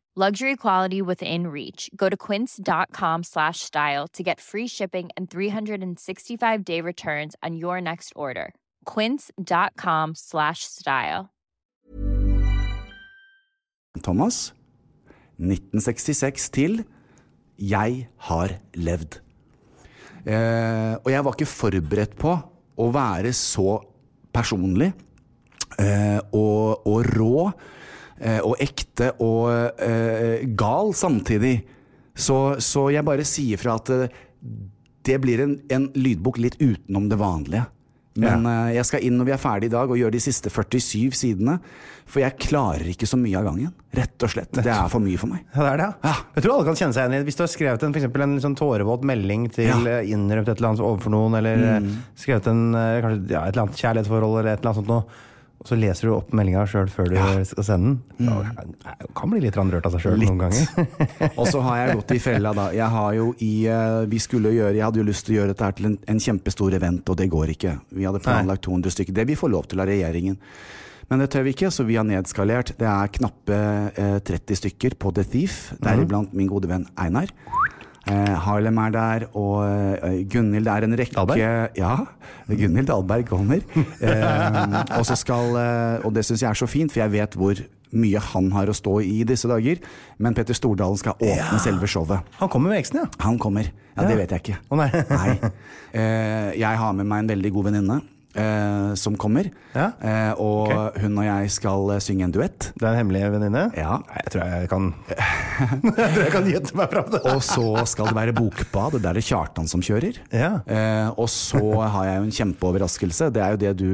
F: Luxury quality within reach. Go to quince.com slash style to get free shipping and 365 day returns on your next order. Quince.com slash style.
B: Thomas, 1966 til Jeg har levd. Eh, og jeg var ikke forberedt på å være så personlig eh, og, og rå eh, og ekte og eh, gal samtidig. Så, så jeg bare sier fra at eh, det blir en, en lydbok litt utenom det vanlige. Men eh, jeg skal inn når vi er ferdig i dag og gjøre de siste 47 sidene. For jeg klarer ikke så mye av gangen. Rett og slett. Det er for mye for meg.
C: Ja, det er det, ja. Jeg tror alle kan kjenne seg igjen i det. Hvis du har skrevet en, for eksempel en litt sånn tårevåt melding til
B: Ja.
C: eh, innrømt et eller annet overfor noen, eller eh, skrevet en, eh, kanskje, ja, et eller annet kjærlighetsforhold eller et eller annet sånt noe, og så leser du opp meldinga sjøl før du skal sende den. Ja, jeg kan bli Mm. litt randrørt av seg sjøl noen ganger.
B: Og så har jeg gått i fella, da. Jeg har jo i eh, Vi skulle jo gjøre Jeg hadde jo lyst til å gjøre dette her til en, en kjempestor event, og det går ikke. Vi hadde planlagt 200 stykker. Det vi får lov til av regjeringen. Men det tør vi ikke, så vi har nedskalert. Det er knappe eh, 30 stykker på The Thief, deriblant min gode venn Einar. Eh, Harlem er der, og eh, Gunhild Det er en rekke
C: Dahlberg?
B: Ja. Gunhild Dahlberg kommer. Eh, og, så skal, eh, og det syns jeg er så fint, for jeg vet hvor mye han har å stå i i disse dager. Men Petter Stordalen skal åpne selve showet.
C: Han kommer med eksen, ja.
B: Han kommer. Ja, det vet jeg ikke.
C: Å, nei.
B: Eh, jeg har med meg en veldig god venninne eh, som kommer.
C: Ja.
B: Eh, og hun og jeg skal eh, synge en duett.
C: Det er en hemmelig venninne?
B: Ja.
C: Nei, Jeg tror jeg kan Jeg tror jeg kan gjette meg fram til det.
B: Og så skal det være bokbad, og det er det Kjartan som kjører.
C: Ja.
B: Eh, og så har jeg jo en kjempeoverraskelse. Det er jo det du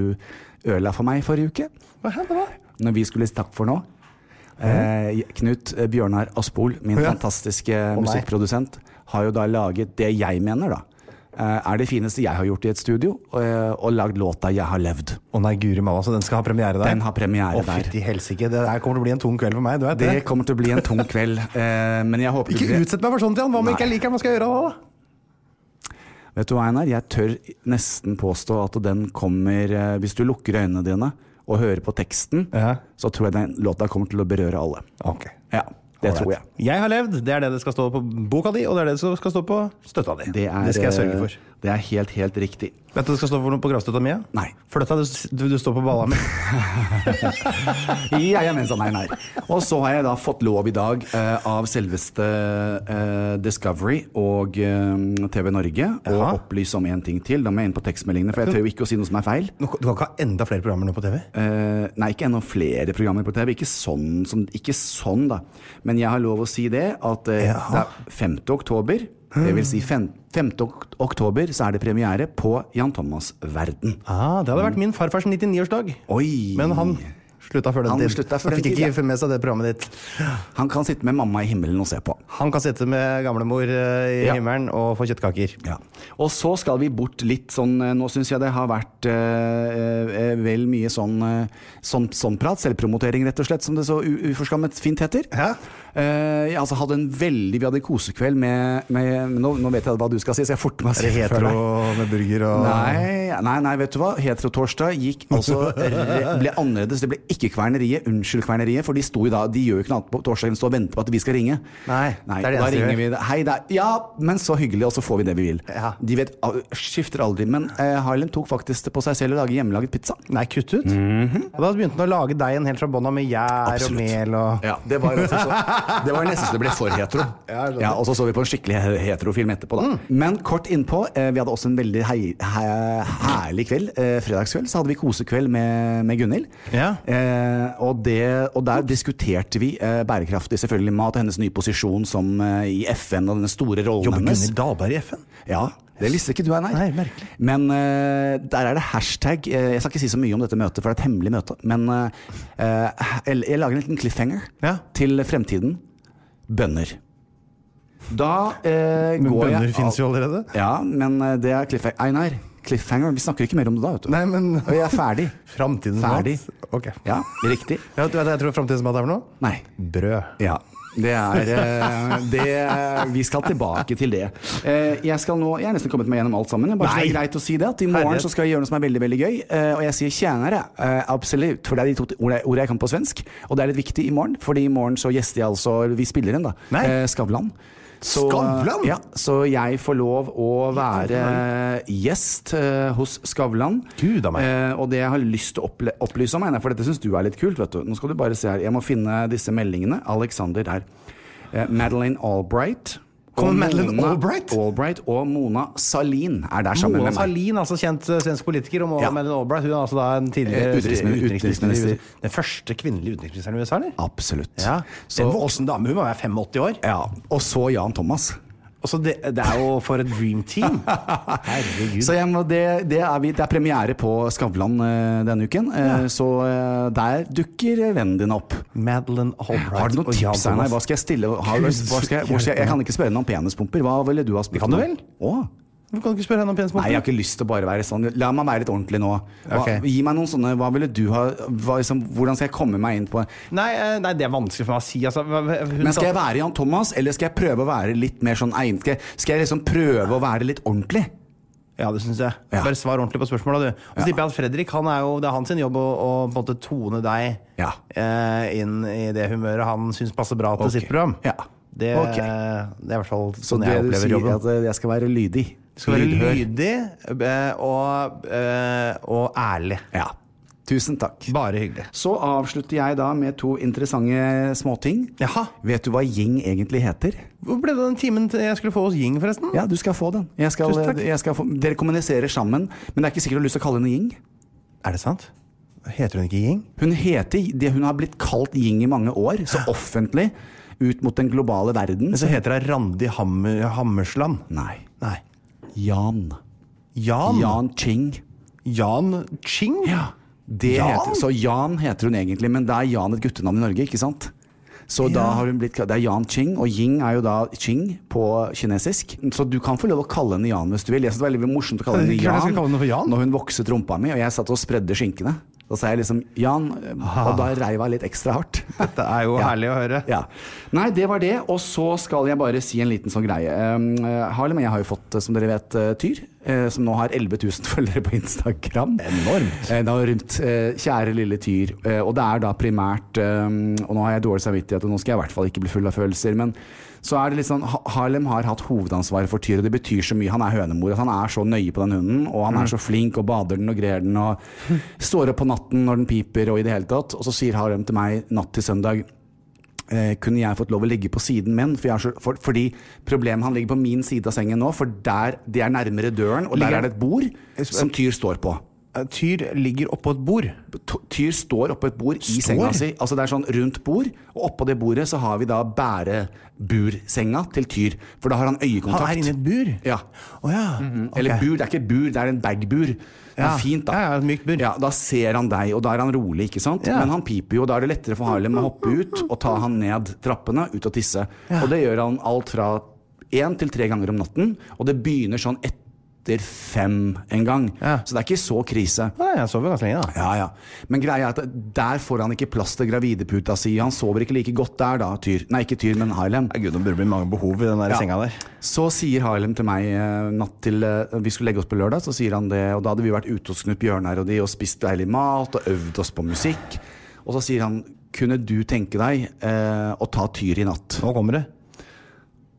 B: ødela for meg forrige uke.
C: Hva hendte da?
B: Når vi skulle si takk for nå. Eh, Knut eh, Bjørnar Aspol, min
C: Ja.
B: fantastiske
C: nei.
B: musikkprodusent, har jo da laget det jeg mener, da. eh, Er det fineste jeg har gjort i et studio, eh, og lagd låta 'Jeg har levd'.
C: Å nei, guri malla, så den skal ha premiere der?
B: Den har premiere
C: Å,
B: der.
C: fytti helsike, det der kommer til å bli en tung kveld for meg. Du vet
B: Det
C: det.
B: kommer til å bli en tung kveld, eh, men jeg håper
C: Ikke utsett meg for sånt, Jan! Hva om jeg ikke
B: Nei.
C: liker hva skal jeg gjøre da?
B: Vet du hva, Einar? Jeg tør nesten påstå at den kommer eh, Hvis du lukker øynene dine og hører på teksten,
C: Ja.
B: så tror jeg den låta kommer til å berøre alle.
C: Ok.
B: Ja, det tror jeg.
C: Jeg har levd, det er det det skal stå på boka di, og det er det som skal stå på støtta di.
B: Det, er,
C: skal jeg
B: eh,
C: sørge for.
B: Det er helt, helt riktig.
C: Vet du hva det skal stå for noe på gravstøtta mi? ja?
B: Nei.
C: Fløtta, du, du, du står på balla mi.
B: Ja, jeg mener sånn, nei, nei. Og så har jeg da fått lov i dag eh, av selveste eh, Discovery og eh, TV Norge å
C: Jaha.
B: opplyse om én ting til. Da må jeg inn på tekstmeldingene, for jeg tør jo ikke å si noe som er feil.
C: Nå- Du kan ikke ha enda flere programmer nå på TV?
B: Eh, nei, ikke enda flere programmer på TV. Ikke sånn, som, ikke sånn da. Men jeg har lov å si det at eh,
C: Jaha.
B: det er 5. oktober. Det vil si fem, 5. ok- oktober så er det premiere på Jan Thomas Verden.
C: Ah, det hadde vært min farfars 99-årsdag.
B: Oi!
C: Men han slutta før den
B: Mm. Han
C: tid.
B: slutta før
C: Han
B: den
C: fikk
B: tid, ja.
C: ikke med seg det programmet ditt.
B: Han kan sitte med mamma i himmelen og se på.
C: Han kan sitte med gamlemor eh, i
B: Ja.
C: himmelen og få kjøttkaker.
B: Ja. Og så skal vi bort litt sånn eh, Nå syns jeg det har vært eh, eh, vel mye sånn, eh, sånn, sånn prat, selvpromotering rett og slett, som det så u- uforskammet fint heter. Eh, jeg altså hadde en veldig Vi hadde kosekveld med, med nå, nå vet jeg hva du skal si, så jeg forter meg å
C: Er det
B: si før deg.
C: hetero med burger og
B: Nei, nei, nei, vet du hva. Heterotorsdag gikk altså re- ble annerledes. Det ble ikke Kverneriet. Unnskyld, Kverneriet. For de sto jo da De gjør jo ikke noe annet på torsdag enn å stå og vente på at vi skal ringe.
C: Nei, det er det
B: da
C: eneste de
B: ringer
C: gjør.
B: vi det. Hei, det er Ja, men så hyggelig, og så får vi det vi vil.
C: Ja.
B: De vet, al- skifter aldri. Men eh, Harlem tok faktisk det på seg selv å lage hjemmelaget pizza.
C: Nei, kutt ut. Og da begynte han å lage deigen helt fra bånn av med gjær og
B: Mm-hmm. Absolutt.
C: mel og
B: Ja, det var, altså så, det var nesten så det ble for hetero. Ja, og så så vi på en skikkelig he- heterofilm etterpå,
C: Mm.
B: da. Men kort innpå, eh, vi hadde også en veldig hei, he, herlig kveld. Eh, fredagskveld så hadde vi kosekveld med, med Gunhild.
C: Ja.
B: Eh, og, det- og der diskuterte vi eh, bærekraftig selvfølgelig mat og hennes nye posisjon som eh, i FN og denne store rollen
C: Jobber
B: hennes.
C: Gunhild Dahlberg i FN?
B: Ja. Det visste ikke du, Einar.
C: Nei, merkelig.
B: Men eh, der er det hashtag eh, Jeg skal ikke si så mye om dette møtet, for det er et hemmelig møte. Men eh, eh, jeg, jeg lager en liten cliffhanger
C: Ja.
B: til fremtiden. Bønner. Da eh,
C: Men
B: går jeg
C: bønner finnes jo allerede.
B: Ja, men eh, det er cliffhanger. Einar, cliffhanger. Vi snakker ikke mer om det da, vet du.
C: Nei, men
B: Vi er ferdig.
C: Framtidens
B: Ferdig.
C: mat. Ok.
B: Ja, riktig.
C: Ja, vet du hva jeg tror framtidens mat er for noe?
B: Nei.
C: Brød.
B: Ja. Det er eh, det, Vi skal tilbake til det. Eh, Jeg skal nå, jeg er nesten kommet meg gjennom alt sammen. Jeg Bare så det er greit å si det at I morgen
C: Herlighet.
B: så skal jeg gjøre noe som er veldig veldig gøy. eh, Og jeg sier 'tjenere'. eh, Absolutt. For det er de to ordene jeg- ordene jeg kan på svensk. Og det er litt viktig i morgen, Fordi i morgen så gjester jeg altså Vi spiller inn, da.
C: Nei.
B: eh, Skavlan. Så,
C: Skavlan?
B: Ja, så jeg får lov å være gjest eh, hos Skavlan.
C: Gud a meg.
B: Eh, og det jeg har lyst til å opple opplyse om, Einar, for dette syns du er litt kult, vet du. Nå skal du bare se her. Jeg må finne disse meldingene. Alexander der. Eh, Madeleine Albright.
C: Kommer
B: Og
C: Madeleine
B: Mona-
C: Albright?
B: Albright og Mona Salin er der sammen
C: Mona
B: med meg.
C: Sahlin, altså kjent eh, svensk politiker, og Mona
B: Ja.
C: Madeleine Albright, hun er altså da en tidligere
B: Eh, utenriksminister- utenriksminister.
C: i USA. Den første kvinnelige utenriksministeren i USA, eller?
B: Absolutt.
C: Ja.
B: Så,
C: en voksen dame, hun må være 85 år.
B: ja. Og så Jan Thomas.
C: Og så det, det er jo for et dream team. Herregud.
B: Så jeg må, det, det, er vi, det er premiere på Skavlan eh, denne uken, eh, så eh, der dukker eh, vennen din opp.
C: Madeleine Albright
B: Har du noen
C: og Jan
B: tips? Einar?
C: Thomas.
B: Hva skal jeg stille? Har, hva skal jeg, hvor skal jeg, jeg kan ikke spørre henne om penispumper. Hva ville du ha spurt?
C: kan du
B: om?
C: vel?
B: Å.
C: Hvorfor kan du ikke spørre henne om penismåten?
B: Nei, jeg har ikke lyst til å bare være sånn. La meg være litt ordentlig nå. Hva,
C: Ok.
B: Gi meg noen sånne Hva ville du ha hva, liksom, Hvordan skal jeg komme meg inn på
C: Nei, eh, nei, det er vanskelig for meg å si. Altså, hun
B: Men skal jeg være Jan Thomas, eller skal jeg prøve å være litt mer sånn egnet? Skal, jeg- skal jeg liksom prøve å være litt ordentlig?
C: Ja, det syns jeg.
B: Ja.
C: Bare svar ordentlig på spørsmåla, du. Og så tipper jeg at Fredrik, han er jo, det er hans sin jobb å, å på en måte tone deg
B: Ja.
C: eh, inn i det humøret han syns passer bra til
B: Ok.
C: sitt program.
B: Ja.
C: Det,
B: Ok.
C: det er i hvert fall
B: Så
C: sånn
B: det
C: jeg
B: du
C: opplever
B: sier
C: jobben.
B: at eh, jeg skal være lydig?
C: Du skal være
B: Lydhør.
C: lydig eh, og, eh, og ærlig.
B: Ja. Tusen takk.
C: Bare hyggelig.
B: Så avslutter jeg da med to interessante småting.
C: Jaha.
B: Vet du hva Ying egentlig heter?
C: Hvor ble det av den timen til- jeg skulle få hos Ying, forresten?
B: Ja, du skal få den. Jeg skal,
C: Tusen takk.
B: jeg skal få, dere kommuniserer sammen, men det er ikke sikkert du har lyst til å kalle henne Ying.
C: Er det sant? Heter hun ikke Ying?
B: Hun heter det hun har blitt kalt Ying i mange år, så offentlig ut mot den globale verden.
C: Men så heter hun Randi Hammer, Hammersland.
B: Nei.
C: Nei.
B: Jan.
C: Jan?
B: Jan Ching.
C: Jan Ching?
B: Det
C: Jan?
B: Heter, så Jan heter hun egentlig, men da er Jan et guttenavn i Norge, ikke sant? Så da har hun blitt kalt- Det er Jan Ching, og Ying er jo da Ching på kinesisk. Så du kan få lov å kalle henne Jan hvis du vil. Jeg synes det var veldig morsomt å kalle henne
C: Klart jeg
B: Jan,
C: skal kalle henne for Jan.
B: når hun vokset rumpa mi, og jeg satt og spredde skinkene. Da sa jeg liksom Jan, og da reiv jeg litt ekstra hardt.
C: Ah. Dette er jo
B: Ja.
C: herlig å høre.
B: Ja. Nei, det var det. Og så skal jeg bare si en liten sånn greie. Um, eh, Harlem og jeg har jo fått, eh, som dere vet, eh, Tyr, eh, som nå har 11 000 følgere på Instagram. Enormt. Enormt. Eh, Kjære lille Tyr. Eh, Og det er da primært um, Og nå har jeg dårlig samvittighet, og nå skal jeg i hvert fall ikke bli full av følelser, men så er det litt sånn Ha- Harlem har hatt hovedansvaret for Tyr, og det betyr så mye. Han er hønemor. at Han er så nøye på den hunden, og han er så flink og bader den og grer den og står opp på natten når den piper og i det hele tatt. Og så sier Harlem til meg natt til søndag eh, kunne jeg fått lov å ligge på siden min? For jeg er så, for, fordi problemet han ligger på min side av sengen nå, for der, det er nærmere døren, og der
C: Ligger-
B: er det et bord som Tyr står på.
C: Tyr ligger oppå et bord.
B: To- Tyr står oppå et bord i senga si. Altså Det er sånn rundt bord, og oppå det bordet så har vi da bærebursenga til Tyr. For da har han øyekontakt.
C: Han er inne i et bur?
B: Ja.
C: Å ja. Mhm. ok.
B: Eller bur, det er ikke et bur, det er en bagbur. Det er
C: Ja.
B: fint, da.
C: Ja, ja, et mykt bur.
B: Ja, da ser han deg, og da er han rolig, ikke sant?
C: Ja.
B: Men han piper jo, og da er det lettere for Harlem å hoppe ut og ta han ned trappene, ut og tisse. Og det gjør han alt fra én til tre ganger om natten, og det begynner sånn etter fem en gang.
C: Ja.
B: Så det er ikke så krise.
C: Nei, jeg sover ganske lenge, da.
B: Ja, ja. Men greia er at der får han ikke plass til gravideputa si. Han sover ikke like godt der, da, Tyr. Nei, ikke Tyr, men Harlem.
C: Gud, det burde bli mange behov i den der
B: Ja.
C: senga der.
B: Så sier Harlem til meg eh, natt til eh, vi skulle legge oss på lørdag, så sier han det, og da hadde vi vært ute hos Knut Bjørnar og de og spist deilig mat og øvd oss på musikk. Og så sier han kunne du tenke deg eh, å ta Tyr i natt?
C: Nå kommer det.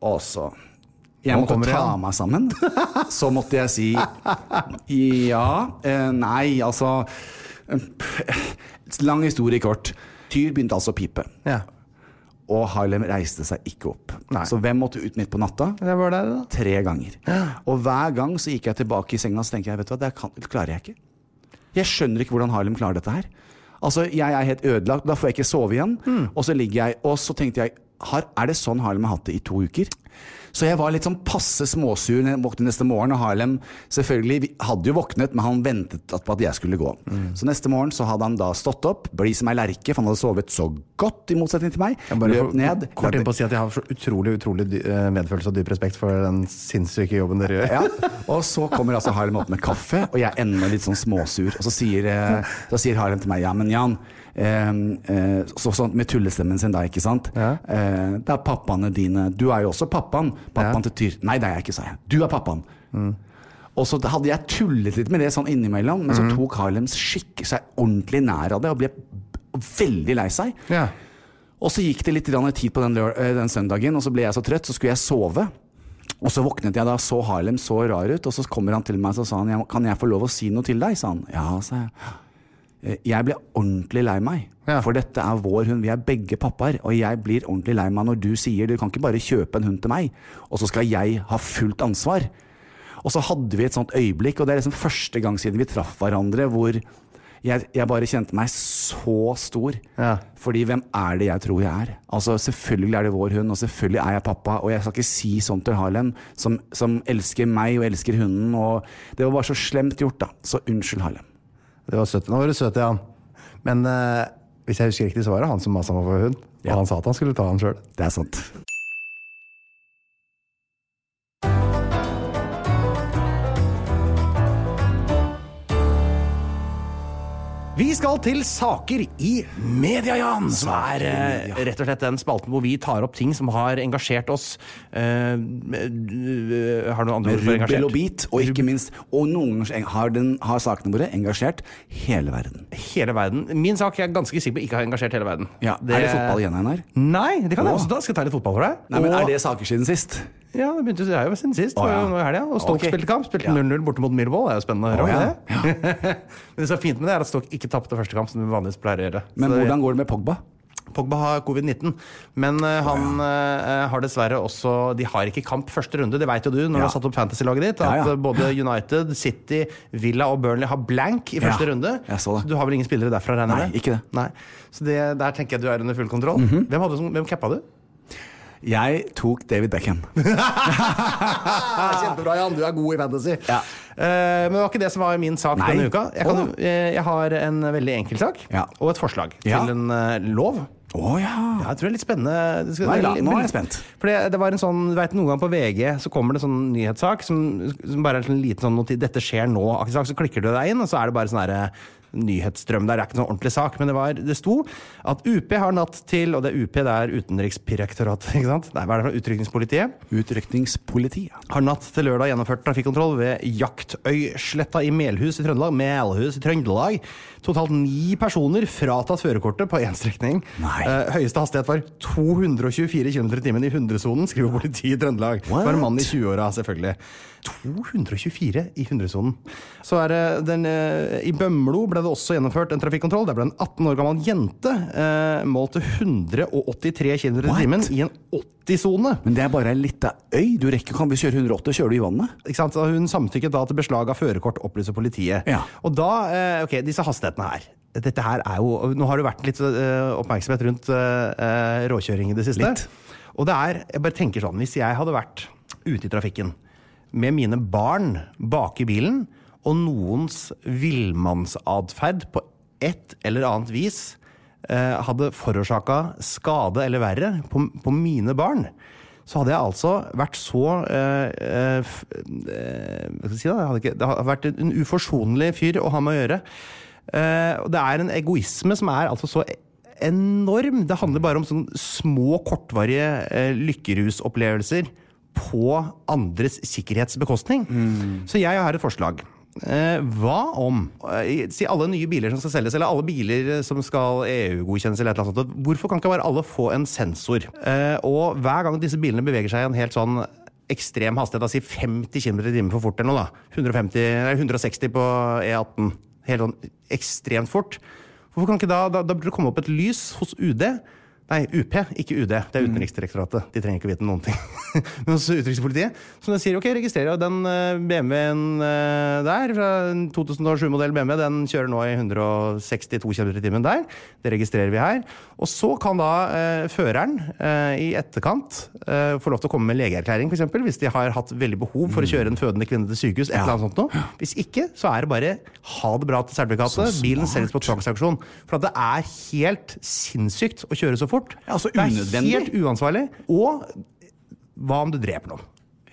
B: Og så Jeg
C: Nå
B: måtte
C: kommer det
B: ta
C: igjen.
B: meg sammen. Så måtte jeg si ja, eh, nei, altså Lang historie kort. Tyr begynte altså å pipe,
C: Ja.
B: og Harlem reiste seg ikke opp.
C: Nei.
B: Så hvem måtte ut midt på natta?
C: Det var det, da.
B: tre ganger. Og hver gang så gikk jeg tilbake i senga og så tenkte jeg, vet du hva, det, kan, det klarer jeg ikke. Jeg skjønner ikke hvordan Harlem klarer dette her. Altså, Jeg er helt ødelagt, da får jeg ikke sove igjen. Og så ligger jeg, og så tenkte jeg, har, er det sånn Harlem har hatt det i to uker? Så jeg var litt sånn passe småsur når jeg våknet neste morgen, og Harlem selvfølgelig vi- hadde jo våknet, men han ventet at- på at jeg skulle gå. Så neste morgen så hadde han da stått opp, blid som ei lerke, for han hadde sovet så godt, i motsetning til meg.
C: Jeg bare
B: løp
C: får-
B: ned.
C: kort inn på å si at jeg har så utrolig utrolig dy- eh, medfølelse og dyp respekt for den sinnssyke jobben dere gjør.
B: Ja, og så kommer altså Harlem opp med kaffe, og jeg ender litt sånn småsur. Og så sier, eh, så sier Harlem til meg, ja, men Jan, eh, eh, så, sånn med tullestemmen sin da, ikke sant? Eh, det er pappaene dine. Du er jo også pappaen. Pappaen til Tyr. Nei, det er jeg ikke, sa jeg. Du er pappaen. Og så hadde jeg tullet litt med det sånn innimellom, men så tok Harlems skikk seg ordentlig nær av det og ble b- veldig lei seg.
C: Ja.
B: Og så gikk det litt grann tid på den, lø- eh, den søndagen, og så ble jeg så trøtt, så skulle jeg sove. Og så våknet jeg da, så Harlem så rar ut, og så kommer han til meg og sa han, «Jeg- kan jeg få lov å si noe til deg? sa han. Ja, sa jeg. «Eh, Jeg ble ordentlig lei meg,
C: Ja.
B: for dette er vår hund. Vi er begge pappaer, og jeg blir ordentlig lei meg når du sier du kan ikke bare kjøpe en hund til meg, og så skal jeg ha fullt ansvar. Og så hadde vi et sånt øyeblikk, og det er liksom første gang siden vi traff hverandre, hvor jeg, jeg bare kjente meg så stor.
C: Ja.
B: Fordi hvem er det jeg tror jeg er? Altså Selvfølgelig er det vår hund, og selvfølgelig er jeg pappa. Og jeg skal ikke si sånt til Harlem, som, som elsker meg og elsker hunden. Og det var bare så slemt gjort, da. Så unnskyld, Harlem.
C: Det var søtt. Nå var du søt, Jan. Men eh, hvis jeg husker riktig, så var det han som masa om å få hund. Og
B: Ja.
C: han sa at han skulle ta han sjøl.
B: Det er sant.
C: Vi skal til saker i media, Jan! Som er eh, rett og slett den spalten hvor vi tar opp ting som har engasjert oss. Eh, med- eh, har du noen andre ord for
B: Rubbel og
C: engasjert?
B: bit, og ikke minst Og noen ganger har, den, har sakene våre engasjert hele verden.
C: Hele verden. Min sak jeg er ganske sikker på ikke har engasjert hele verden.
B: Ja, Er det fotball igjen, Einar?
C: Nei, det kan jeg
B: Åh.
C: også ta. Skal jeg ta litt fotball for deg?
B: Nei, men
C: Og-
B: Er det saker siden sist?
C: Ja, det begynte det er jo siden sist.
B: Å,
C: var
B: ja.
C: jo nå i helga. Og Stoke
B: Ok.
C: spilte kamp. Spilte
B: Ja.
C: 0-0 borte mot Myhrvold. Det er jo spennende å
B: Å,
C: høre om
B: ja.
C: det. Men det som er fint med det, er at Stoke ikke tapte første kamp, som vi vanligvis pleier å gjøre.
B: Men
C: Så det-
B: hvordan går det med Pogba?
C: Pogba har covid-19, men eh, han eh, har dessverre også De har ikke kamp første runde, det veit jo du når du har satt opp fantasy-laget ditt. At
B: Ja, ja.
C: eh, både United, City, Villa og Burnley har blank i første
B: Ja,
C: runde.
B: jeg så det.
C: du har vel ingen spillere derfra, regner jeg
B: Nei, ikke det. Mhm.
C: Nei. Så det, der tenker jeg du er under full kontroll. Hvem, hadde, som- hvem cappa du?
B: Jeg tok David Beckham.
C: Kjempebra, Jan. Du er god i fantasy.
B: Ja.
C: Eh, men det var ikke det som var min sak
B: Nei.
C: denne uka. Jeg, kan,
B: Åh.
C: eh, jeg har en veldig enkel sak
B: Ja.
C: og et forslag
B: Ja.
C: til en eh, lov.
B: Å ja.
C: Ja, jeg tror det er litt spennende. Det skal-
B: Nå er jeg la-
C: det
B: nå er jeg spent.
C: For det, det var en sånn, du vet, Noen ganger på VG så kommer det en sånn nyhetssak som, som bare er en sånn liten sånn noti- 'Dette skjer nå'. akkurat sak, Så klikker du deg inn, og så er det bare sånn herre nyhetsstrøm der. Det er ikke noen ordentlig sak, men det, var, det sto at UP har natt til Og det er UP, det er Utenriksdirektoratet, ikke sant? Nei, hva er det for noe? Utrykningspolitiet
B: Utrykningspolitiet.
C: har natt til lørdag gjennomført trafikkontroll ved Jaktøysletta i Melhus i Trøndelag. Melhus i Trøndelag. Totalt ni personer fratatt førerkortet på én strekning.
B: Nei.
C: Eh, høyeste hastighet var 224 km i timen i 100-sonen, skriver politiet i Trøndelag. Det var en mann i 20-åra, selvfølgelig. 224 i 100-sonen. Så er det den eh, I Bømlo ble det også gjennomført en trafikkontroll. Der ble en 18 år gammel jente eh, målt til 183 km i
B: What?
C: timen i en 80-sone.
B: Men det er bare ei lita øy. Du rekker kan vi kjøre 108, kjører du i vannet?
C: ikke sant? Så Hun samtykket da til beslag av førerkort, opplyser politiet.
B: Ja.
C: Og da, eh, ok, disse hastighetene her. Dette her er jo, Nå har det vært litt eh, oppmerksomhet rundt eh, eh, råkjøring i det siste.
B: Litt.
C: Og det er, jeg bare tenker sånn, Hvis jeg hadde vært ute i trafikken med mine barn bak i bilen, og noens villmannsatferd på et eller annet vis eh, hadde forårsaka skade eller verre på, på mine barn, så hadde jeg altså vært så eh, eh, f- eh, Hva skal jeg si da? Jeg hadde ikke, det hadde vært en uforsonlig fyr å ha med å gjøre. Eh, og det er en egoisme som er altså så enorm. Det handler bare om sånne små, kortvarige eh, lykkerusopplevelser på andres sikkerhetsbekostning. Så jeg har et forslag. Eh, hva om eh, Si alle nye biler som skal selges, eller alle biler eh, som skal EU-godkjennes, eller et eller annet sånt. Hvorfor kan ikke bare alle få en sensor? Eh, og hver gang disse bilene beveger seg i en helt sånn ekstrem hastighet, da si 50 km i timen for fort eller noe, da. 150, nei, 160 på E E18. Helt sånn ekstremt fort. Hvorfor kan ikke da, da, da burde det komme opp et lys hos UD Nei, UP, ikke UD. Det er Utenriksdirektoratet. De trenger ikke vite noen ting. Men også Utenrikspolitiet, som da sier ok, registrerer at den eh, BMW-en eh, der, fra en 2007-modell BMW, den kjører nå i 162 km i timen der. Det registrerer vi her. Og så kan da eh, føreren eh, i etterkant eh, få lov til å komme med legeerklæring, f.eks., hvis de har hatt veldig behov for å kjøre en fødende kvinne til sykehus. et eller annet sånt noe. Hvis ikke, så er det bare ha det bra til sertifikatet. Bilen selges på tvangsauksjon. For at det er helt sinnssykt å kjøre så fort.
B: Ja, altså
C: Det
B: unødvendig.
C: er helt uansvarlig. Og hva om du dreper noen?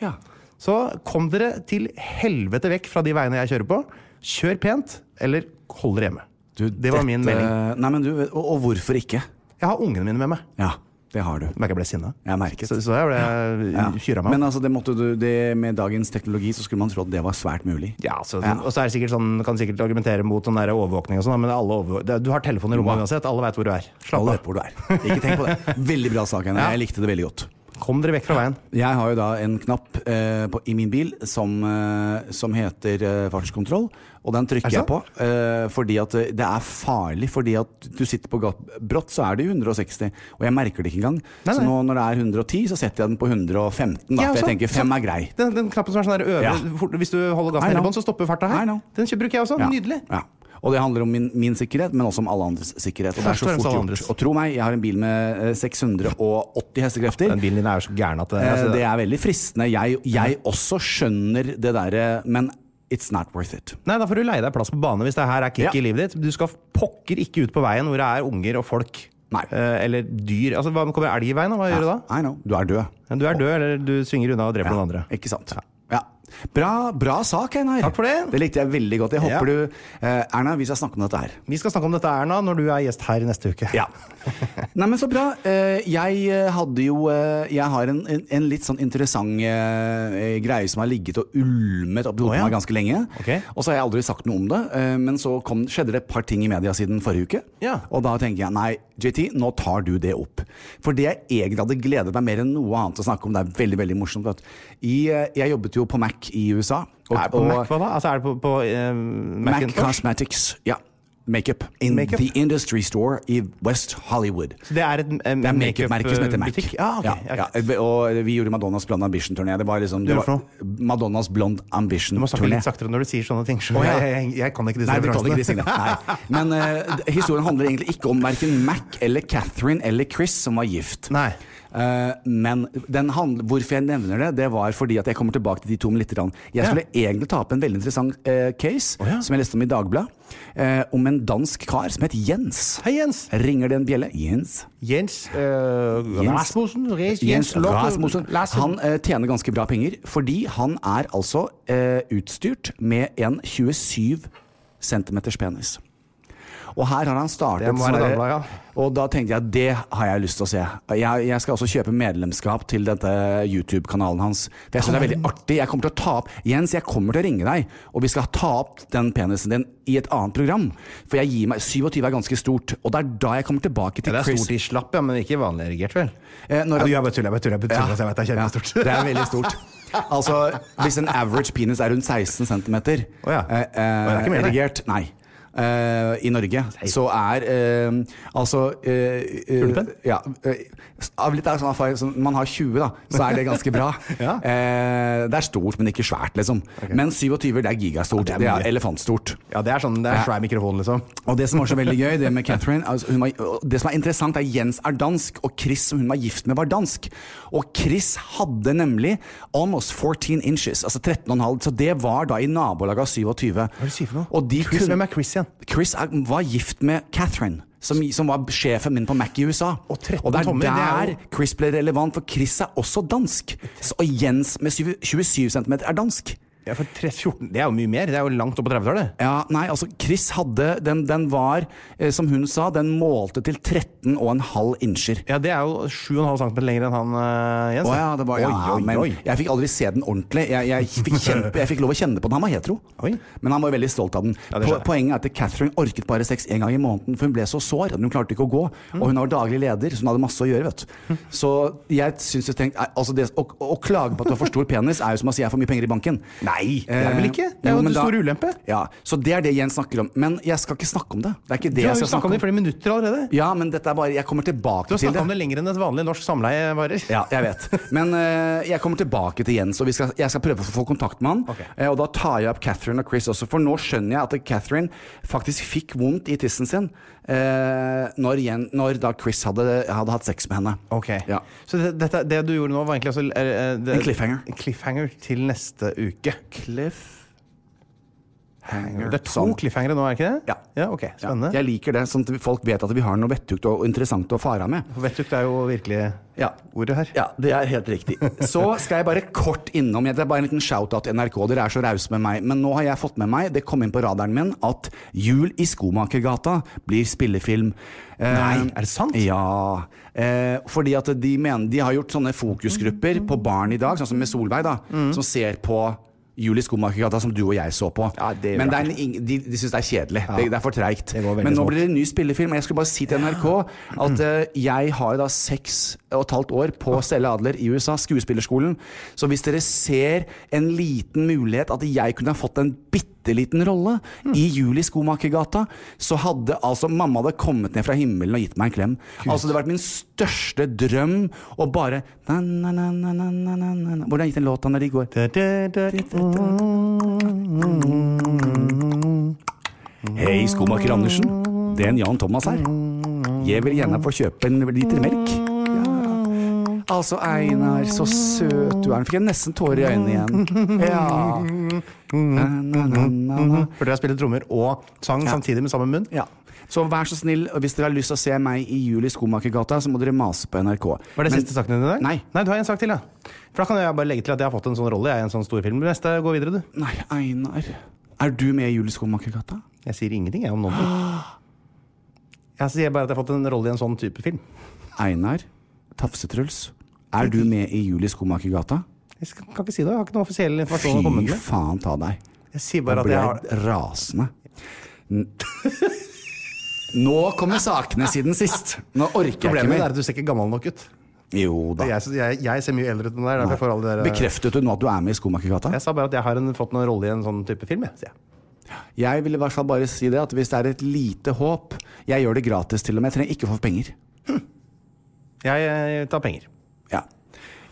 B: Ja.
C: Så kom dere til helvete vekk fra de veiene jeg kjører på. Kjør pent, eller hold dere hjemme.
B: Du,
C: det var min
B: dette-
C: melding.
B: Nei, men du, og, og hvorfor ikke?
C: Jeg har ungene mine med meg.
B: Ja, det har du.
C: Du merker jeg ble sinna?
B: Jeg merket.
C: Så, så jeg ble
B: Ja.
C: fyra meg opp.
B: Men altså, det måtte du, det, med dagens teknologi så skulle man tro at det var svært mulig.
C: Ja, så, Og så er det sikkert sånn, kan sikkert argumentere mot sånn der overvåkning og sånn, men alle overvå det- du har telefon i rommet uansett. Alle veit hvor du er. Slapp
B: Alle
C: av.
B: vet hvor du er. Ikke tenk på det. Veldig bra sak, Einar. Jeg likte det veldig godt.
C: Kom dere vekk fra veien.
B: Jeg har jo da en knapp eh, på, i min bil som, eh, som heter eh, fartskontroll, og den
C: Er det
B: trykker jeg på
C: sant?
B: eh, fordi at eh, det er farlig. Fordi at du sitter på gat- brått, så er det jo 160, og jeg merker det ikke engang.
C: Nei,
B: Så
C: nei.
B: nå når det er 110, så setter jeg den på 115, da,
C: Ja, sånn.
B: for jeg
C: så-
B: tenker fem er grei.
C: Den, den knappen som er sånn der øvre
B: Ja.
C: fort- Hvis du holder
B: I
C: gassen nede i
B: know.
C: bånn, så stopper farta
B: I
C: her.
B: know.
C: Den kjø- bruker jeg også.
B: Ja.
C: Sånn Nydelig.
B: Ja. Og det handler om min, min sikkerhet, men også om alle andres sikkerhet. Og det er
C: Først og
B: så
C: fremst alle
B: fort
C: andres.
B: gjort. Og tro meg, jeg har en bil med eh, 680 hestekrefter.
C: Den bilen din er jo så gæren at det,
B: Eh,
C: altså,
B: Det er veldig fristende. Jeg, jeg også skjønner det derre, men it's not worth it.
C: Nei, da får du leie deg plass på bane hvis det her er kick
B: Ja.
C: i livet ditt. Du skal pokker ikke ut på veien hvor det er unger og folk.
B: Nei.
C: Eh, eller dyr. Altså, hva om det kommer elg i veien? da? Hva gjør du da?
B: I know. Du er død.
C: Ja, Du er død, eller du svinger unna og dreper noen andre.
B: Ikke sant. Ja. Bra, bra sak, Einar.
C: Takk for det.
B: Det likte jeg veldig godt. Jeg
C: Ja.
B: håper du eh, Erna, vi skal snakke om dette her.
C: Vi skal snakke om dette, Erna, når du er gjest her neste uke.
B: Ja. Nei, men så bra. Eh, Jeg eh, hadde jo eh, Jeg har en, en, en litt sånn interessant eh, greie som har ligget og ulmet oppi hodet
C: Å, ja.
B: på meg ganske lenge.
C: Ok.
B: Og så har jeg aldri sagt noe om det. eh, Men så kom, skjedde det et par ting i media siden forrige uke.
C: Ja.
B: Og da tenker jeg nei, JT, nå tar du det opp. For det jeg egentlig hadde gledet meg mer enn noe annet å snakke om, det er veldig veldig morsomt. Vet. du. I, eh, jeg jobbet jo på Mac i USA. og-
C: Er det på
B: og-
C: Mac, hva da? Altså, er det på, på eh,
B: Mac
C: Macintosh?
B: Cosmetics. Ja. Makeup. In
C: Makeup?
B: the industry store i West Hollywood.
C: Så Det er et eh,
B: Det er makeup-merket som heter Mac.
C: makeup-butikk? Ja, Ah, ok. Ja,
B: Ja,
C: greit.
B: ja. Og vi gjorde Madonnas Blond Ambition-turné. Det var liksom det
C: Gjorde
B: var
C: for
B: Madonnas Blond
C: Du må snakke
B: Ambition-turné.
C: litt saktere når du sier sånne ting.
B: Å, ja.
C: jeg, jeg, jeg kan ikke disse
B: Nei, vi kan ikke
C: referansene.
B: de signene. Nei. Men eh, d- historien handler egentlig ikke om verken Mac eller Catherine eller Chris som var gift.
C: Nei.
B: Eh, men den handl- hvorfor jeg nevner det, det var fordi at jeg kommer tilbake til de to om litt. grann. Jeg
C: Ja.
B: skulle egentlig ta opp en veldig interessant eh, case
C: ja.
B: som jeg leste om i Dagbladet. eh, om en dansk kar som het Jens.
C: Hei, Jens.
B: Ringer det en bjelle? Jens.
C: Jens, eh, Rasmussen? Jens,
B: Jens
C: Lotte-
B: Rasmussen.
C: Larsen.
B: Han eh, tjener ganske bra penger, fordi han er altså eh, utstyrt med en 27 cm penis. Og her har han startet
C: Det må være
B: sånne-
C: Dagbladet,
B: Og da tenkte jeg det har jeg lyst til å se. Jeg, jeg skal også kjøpe medlemskap til dette YouTube-kanalen hans. For jeg synes det er veldig artig. Jeg kommer til å ta opp Jens, jeg kommer til å ringe deg, og vi skal ta opp den penisen din i et annet program. For jeg gir meg 27 er ganske stort. Og det er da jeg kommer tilbake
C: Ja,
B: til
C: det er
B: Chris.
C: stort i slapp, ja, men ikke vanlig erigert, vel?
B: Eh, når-
C: ja, du, jeg bare tuller, jeg bare tuller. Jeg bare tuller,
B: Ja.
C: så jeg vet det er kjempestort.
B: Ja, det er veldig stort. Altså, hvis en average penis er rundt 16 cm
C: Å ja. Men det er ikke mer, det.
B: erigert eh, Nei. Eh, I Norge så er eh, altså eh, eh,
C: Pulpen?
B: Ja. eh, av litt av sånn erfaring som man har 20, da, så er det ganske bra.
C: Ja.
B: Eh, det er stort, men ikke svært, liksom. Men 27, det er gigastort.
C: Ja, det er
B: det
C: mye.
B: er elefantstort.
C: Ja, det er sånn, det er
B: Ja.
C: svær mikrofon, liksom.
B: Og det som var så veldig gøy, det med Catherine altså hun var, og Det som er interessant, er Jens er dansk, og Chris som hun var gift med, var dansk. Og Chris hadde nemlig almost 14 inches, altså 13,5, så det var da i nabolaget av 27. Hva
C: er det du sier for noe?
B: Og de
C: Chris,
B: kunne-
C: hvem er Chris igjen?
B: Chris er, var gift med Catherine. Som, som var sjefen min på Mac i USA.
C: Og 13
B: det er
C: tommer, det
B: der
C: er jo-
B: Chris ble relevant, for Chris er også dansk. Så, og Jens med 27 27 cm er dansk.
C: Ja, for 3, 14, det er jo mye mer. Det er jo langt opp på 30-tallet.
B: Ja, nei, altså Chris hadde Den, den var, eh, som hun sa, den målte til 13,5 incher.
C: Ja, det er jo 7,5 cm lenger enn han eh,
B: Å
C: Jens. da.
B: ja, det var, ja,
C: oi, oi,
B: men
C: oi.
B: jeg fikk aldri se den ordentlig. Jeg, jeg, fikk kjenne, jeg fikk lov å kjenne på den. Han var hetero,
C: Oi.
B: men han var veldig stolt av den.
C: Ja, det
B: Po-
C: skjønner jeg.
B: Poenget er at Catherine orket bare sex én gang i måneden, for hun ble så sår at hun klarte ikke å gå. Og hun var daglig leder, så hun hadde masse å gjøre. vet du. eh, Så jeg syns jeg tenkte, nei, altså det, å, å klage på at du har for stor penis, er jo som å si jeg har for mye penger i banken.
E: Nei!
C: Det er det vel ikke? Det er jo
B: men
C: en
B: da-
C: stor ulempe.
B: Ja, Så det er det Jens snakker om. Men jeg skal ikke snakke om det. Det er ikke det
C: Du
B: jeg
C: har jo
B: skal
C: snakka
B: snakke
C: om
B: om.
C: det i flere minutter allerede.
B: Ja, men dette er bare Jeg kommer tilbake
C: Du har
B: til
C: snakka
B: det.
C: om det lenger enn et vanlig norsk samleie varer.
B: Ja, jeg vet. Men eh, jeg kommer tilbake til Jens, og vi skal, jeg skal prøve å få kontakt med han.
C: Ok.
B: Eh, og da tar jeg opp Catherine og Chris også, for nå skjønner jeg at Catherine faktisk fikk vondt i tissen sin eh, når, Jen, når da Chris hadde, hadde hatt sex med henne.
C: Ok.
B: Ja.
C: Så det, dette, det du gjorde nå, var egentlig altså, eh, eh, det,
B: En cliffhanger.
C: cliffhanger til neste uke.
B: Cliffhanger. Sånn.
C: Det er to cliffhangere nå, er det ikke det?
B: Eh, Ja.
C: ok,
B: Ja,
C: Spennende.
B: jeg liker det, sånn at folk vet at vi har noe vettugt og interessant å fare med.
C: For Vettugt er jo virkelig
B: Ja.
C: ordet her.
B: Ja, det er helt riktig. Så skal jeg bare kort innom Det er bare en liten shout-out til NRK. Dere er så rause med meg. Men nå har jeg fått med meg, det kom inn på radaren min, at Jul i Skomakergata blir spillefilm. Nei,
C: er det sant?
B: Ja. Eh, fordi at de mener De har gjort sånne fokusgrupper på barn i dag, sånn som med Solveig, da,
C: Mm.
B: som ser på Jul i Skomakergata, som du og jeg så på.
C: Ja, det gjør
B: Men det er en, ing- de, de syns det er kjedelig. Det, det er for treigt.
C: Det går veldig
B: Men nå
C: smått.
B: blir det en ny spillefilm. og Jeg skulle bare si til NRK at eh, jeg har da seks og et halvt år på Stella Adler i USA, skuespillerskolen. Så hvis dere ser en liten mulighet at jeg kunne ha fått en bitte liten rolle i Juli Skomakergata, så hadde altså mamma hadde kommet ned fra himmelen og gitt meg en klem. Altså Det hadde vært min største drøm å bare na, na, na, na, na, na, na, na. Hvordan gikk den låta når de går?
C: Da, da, da,
B: Hei, skomaker Andersen. Det er en Jan Thomas her. Jeg vil gjerne få kjøpe en liter melk. Ja. Altså, Einar, så søt du er. Nå fikk jeg nesten tårer i øynene igjen. Ja. Na, na, na, na, na.
C: Burde jeg spille trommer og sang samtidig med samme munn?
B: ja. Så vær så snill, og hvis dere har lyst til å se meg i Juli Skomakergata, så må dere mase på NRK.
C: Var det
B: Men-
C: siste saken din i dag?
B: Nei.
C: Nei, du har en sak til, ja. For da kan jeg bare legge til at jeg har fått en sånn rolle jeg, i en sånn storfilm. Men Neste, gå videre, du.
B: Nei, Einar. Er du med i Juli Skomakergata?
C: Jeg sier ingenting, jeg, om noen ting. Jeg sier bare at jeg har fått en rolle i en sånn type film.
B: Einar Tafse-Truls, er du med i Juli Skomakergata?
C: Jeg skal- kan ikke si det. Jeg har ikke noe offisiell informasjon å komme
B: Fy
C: med.
B: faen ta deg.
C: Jeg sier
B: Da
C: bare at
B: blir
C: jeg har
B: jeg rasende. N- Nå kommer sakene siden sist. Nå orker jeg ikke
C: Problemet er
B: mer.
C: at du ser ikke gammel nok ut.
B: Jo da.
C: Jeg, eh, synes- jeg, jeg ser mye eldre ut enn deg. derfor jeg får alle de der-
B: Bekreftet du nå at du er med i Skomakergata?
C: Jeg sa bare at jeg har en, fått en rolle i en sånn type film. Jeg, sier jeg.
B: Jeg vil i hvert fall bare si det at hvis det er et lite håp Jeg gjør det gratis til og med. Jeg trenger ikke å få penger.
C: Jeg, jeg tar penger.
B: Ja.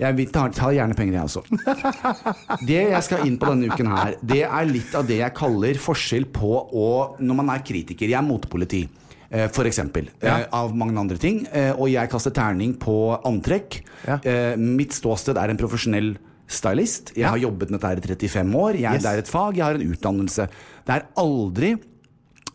B: Jeg vil- tar, tar gjerne penger, jeg også. Det jeg skal inn på denne uken her, det er litt av det jeg kaller forskjell på å Når man er kritiker. Jeg er motepoliti, eh, for eksempel. eh, Av mange andre ting. eh, Og jeg kaster terning på antrekk.
C: Ja.
B: Eh, Mitt ståsted er en profesjonell stylist. Jeg har jobbet med dette her i 35 år. Jeg, Det er et fag, jeg har en utdannelse. Det er aldri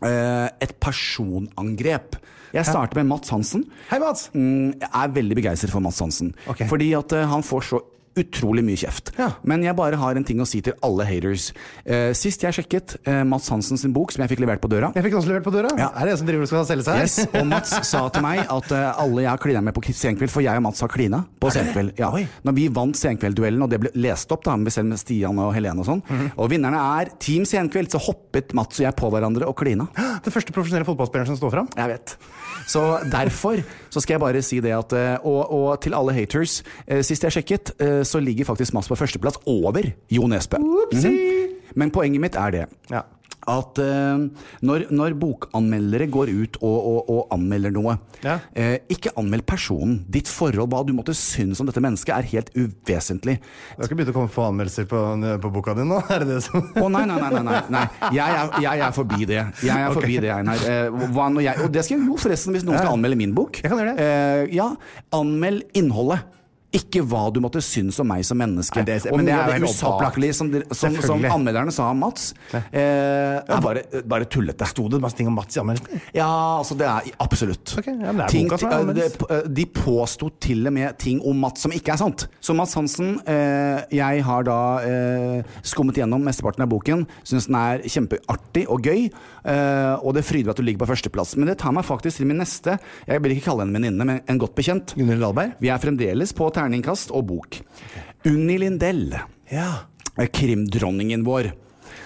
B: eh, et personangrep. Jeg starter med Mats Hansen.
C: Hei, Mats!
B: Mm, jeg er veldig begeistret for Mads Hansen.
C: Ok.
B: Fordi at eh, han får så utrolig mye kjeft.
C: Ja.
B: Men jeg bare har en ting å si til alle haters. Eh, sist jeg sjekket eh, Mads Hansen sin bok, som jeg fikk levert på døra
C: Jeg fikk den også levert på døra. Er det en som driver og skal selge seg her?
B: Yes, og Mats sa til meg at eh, alle jeg har klina med på Senkveld, for jeg og Mats har klina på Senkveld. Ja.
C: Oi.
B: Når vi vant Senkveld-duellen, og det ble lest opp da, med selv med Stian og Helene og sånn,
C: Mhm.
B: og vinnerne er Team Senkveld, så hoppet Mats og jeg på hverandre og klina.
C: Den første profesjonelle fotballspilleren som står fram.
B: Jeg vet. Så derfor så skal jeg bare si det at eh, Og, og til alle haters, eh, sist jeg sjekket, eh, så ligger faktisk Mats på førsteplass over Jo Nesbø. Mhm. Men poenget mitt er det.
C: Ja.
B: At eh, når, når bokanmeldere går ut og, og, og anmelder noe
C: Ja.
B: eh, Ikke anmeld personen. Ditt forhold, hva du måtte synes om dette mennesket, er helt uvesentlig.
C: Du har ikke begynt å komme få anmeldelser på, på boka di nå? Er det det som
B: Å nei, nei, nei, nei, nei, nei. Jeg, er, jeg er forbi det. Jeg er forbi det, Einar. Eh, hva når jeg, og det skal jeg jo forresten hvis noen skal anmelde min bok.
C: Jeg kan gjøre det.
B: Eh, ja, anmeld innholdet. Ikke hva du måtte synes om meg som menneske.
C: Nei, det er-
B: og
C: men det
B: mye
C: er
B: av det
C: jo helt opplagt.
B: usaklige som, dere- som, som
C: Selvfølgelig.
B: anmelderne sa om Mats, eh, er bare, bare tullete.
C: Sto det masse ting om Mats i anmeldelsen?
B: Ja, altså det er absolutt.
C: Ok, ja, men det er
B: Ting-
C: boka som er
B: eh,
C: annerledes.
B: det- eh, De påsto til og med ting om Mats som ikke er sant. Så Mats Hansen, eh, jeg har da eh, skummet gjennom mesteparten av boken. Syns den er kjempeartig og gøy, eh, og det fryder meg at du ligger på førsteplass. Men det tar meg faktisk til min neste, jeg vil ikke kalle henne en venninne, men en godt bekjent.
C: Gunhild Dahlberg?
B: Vi er fremdeles på terningkast og bok. Unni Lindell
C: Ja.
B: eh, krimdronningen vår.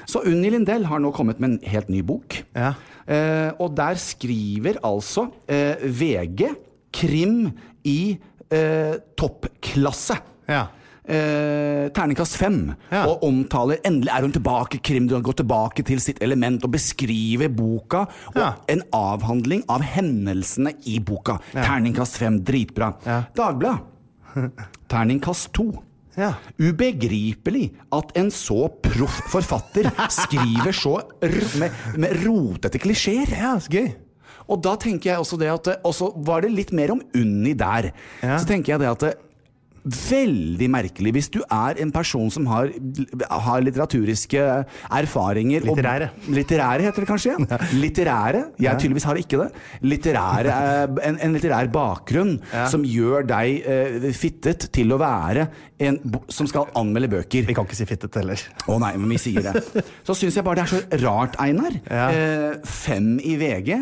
B: Så Unni Lindell har nå kommet med en helt ny bok.
C: Ja.
B: Eh, og der skriver altså eh, VG krim i eh, toppklasse.
C: Ja.
B: eh, terningkast fem
C: Ja.
B: og omtaler Endelig er hun tilbake, Krim. Du har gått tilbake til sitt element og beskriver boka. Og
C: Ja.
B: en avhandling av hendelsene i boka. Terningkast fem. Dritbra.
C: Ja.
B: Dagbladet. Terningkast to.
C: Ja.
B: Ubegripelig at en så proff forfatter skriver så r med, med rotete klisjeer.
C: Ja, så gøy.
B: Og da tenker jeg også det at Og så var det litt mer om Unni der.
C: Ja.
B: Så tenker jeg det at det, Veldig merkelig hvis du er en person som har, har litteraturiske erfaringer og-
C: Litterære.
B: Litterære heter det kanskje? Ja. Litterære. Jeg tydeligvis har ikke det. Litterære, eh, en, en litterær bakgrunn som gjør deg eh, fittet til å være en bo- som skal anmelde bøker.
C: Vi kan ikke si fittet heller.
B: Å nei, men vi sier det. Så syns jeg bare det er så rart, Einar.
C: Ja.
B: Eh, fem i VG.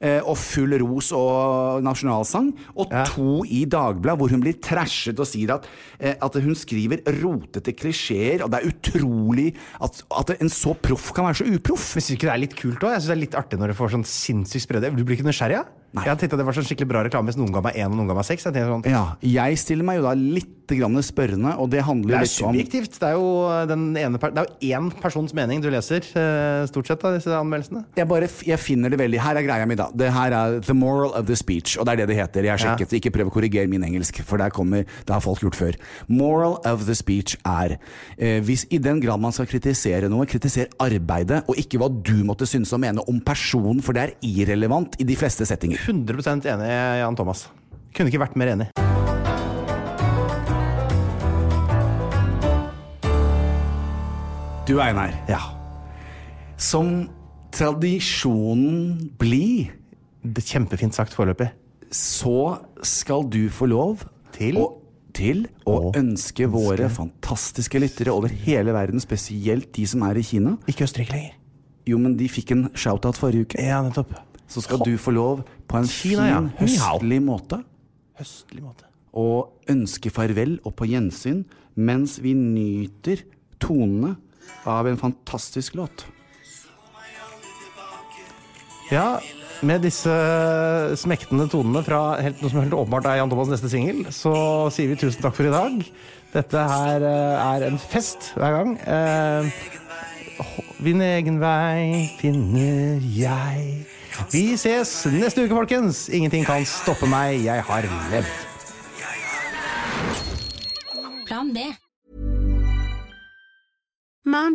B: eh, Og full ros og nasjonalsang. Og to i Dagbladet, hvor hun blir trashet og sier at, eh, at hun skriver rotete klisjeer. Og det er utrolig at, at en så proff kan være så uproff.
C: Men synes du ikke det er litt kult òg? Jeg synes det er litt artig når du får sånn sinnssykt spredde. Du blir ikke nysgjerrig? Ja?
B: Nei.
C: Jeg tenkte at det var sånn skikkelig bra reklame hvis noen ga meg én og noen ga meg seks. Jeg tenkte sånn,
B: Ja, jeg stiller meg jo da litt grann spørrende, og det handler
C: det er sånn.
B: litt om
C: subjektivt. Det er jo eh, den ene per det er jo én persons mening du leser, eh, stort sett, av disse anmeldelsene.
B: jeg, bare, f- jeg finner det veldig Her er greia mi, da. Det her er the moral of the speech. Og det er det det heter. Jeg sjekket. Ikke prøv å korrigere min engelsk, for der kommer, det har folk gjort før. Moral of the speech er eh, hvis i den grad man skal kritisere noe, kritiser arbeidet, og ikke hva du måtte synes og mene om personen, for det er irrelevant i de fleste settinger.
C: 100 enig, Jan Thomas. Kunne ikke vært mer enig.
B: Du Einar,
C: Ja.
B: som tradisjonen blir,
C: Det er Kjempefint sagt foreløpig.
B: så skal du få lov
C: Til?
B: å til å ønske våre fantastiske lyttere over hele verden, spesielt de som er i Kina,
C: Ikke Østerrike lenger.
B: Jo, men de fikk en shoutout forrige uke.
C: Ja, nettopp.
B: Så skal du få lov, på en
C: Kina, ja.
B: fin,
C: Ni hao.
B: høstlig måte,
C: Høstlig måte.
B: å ønske farvel og på gjensyn mens vi nyter tonene av en fantastisk låt.
C: Ja, med disse smektende tonene fra helt, noe som helt åpenbart er Jan Thomas' neste singel, så sier vi tusen takk for i dag. Dette her eh, er en fest hver gang. Eh, hå- Min egen vei finner jeg. Vi ses neste uke, folkens. Ingenting kan stoppe meg. Jeg har levd.
G: Plan B.
H: Mom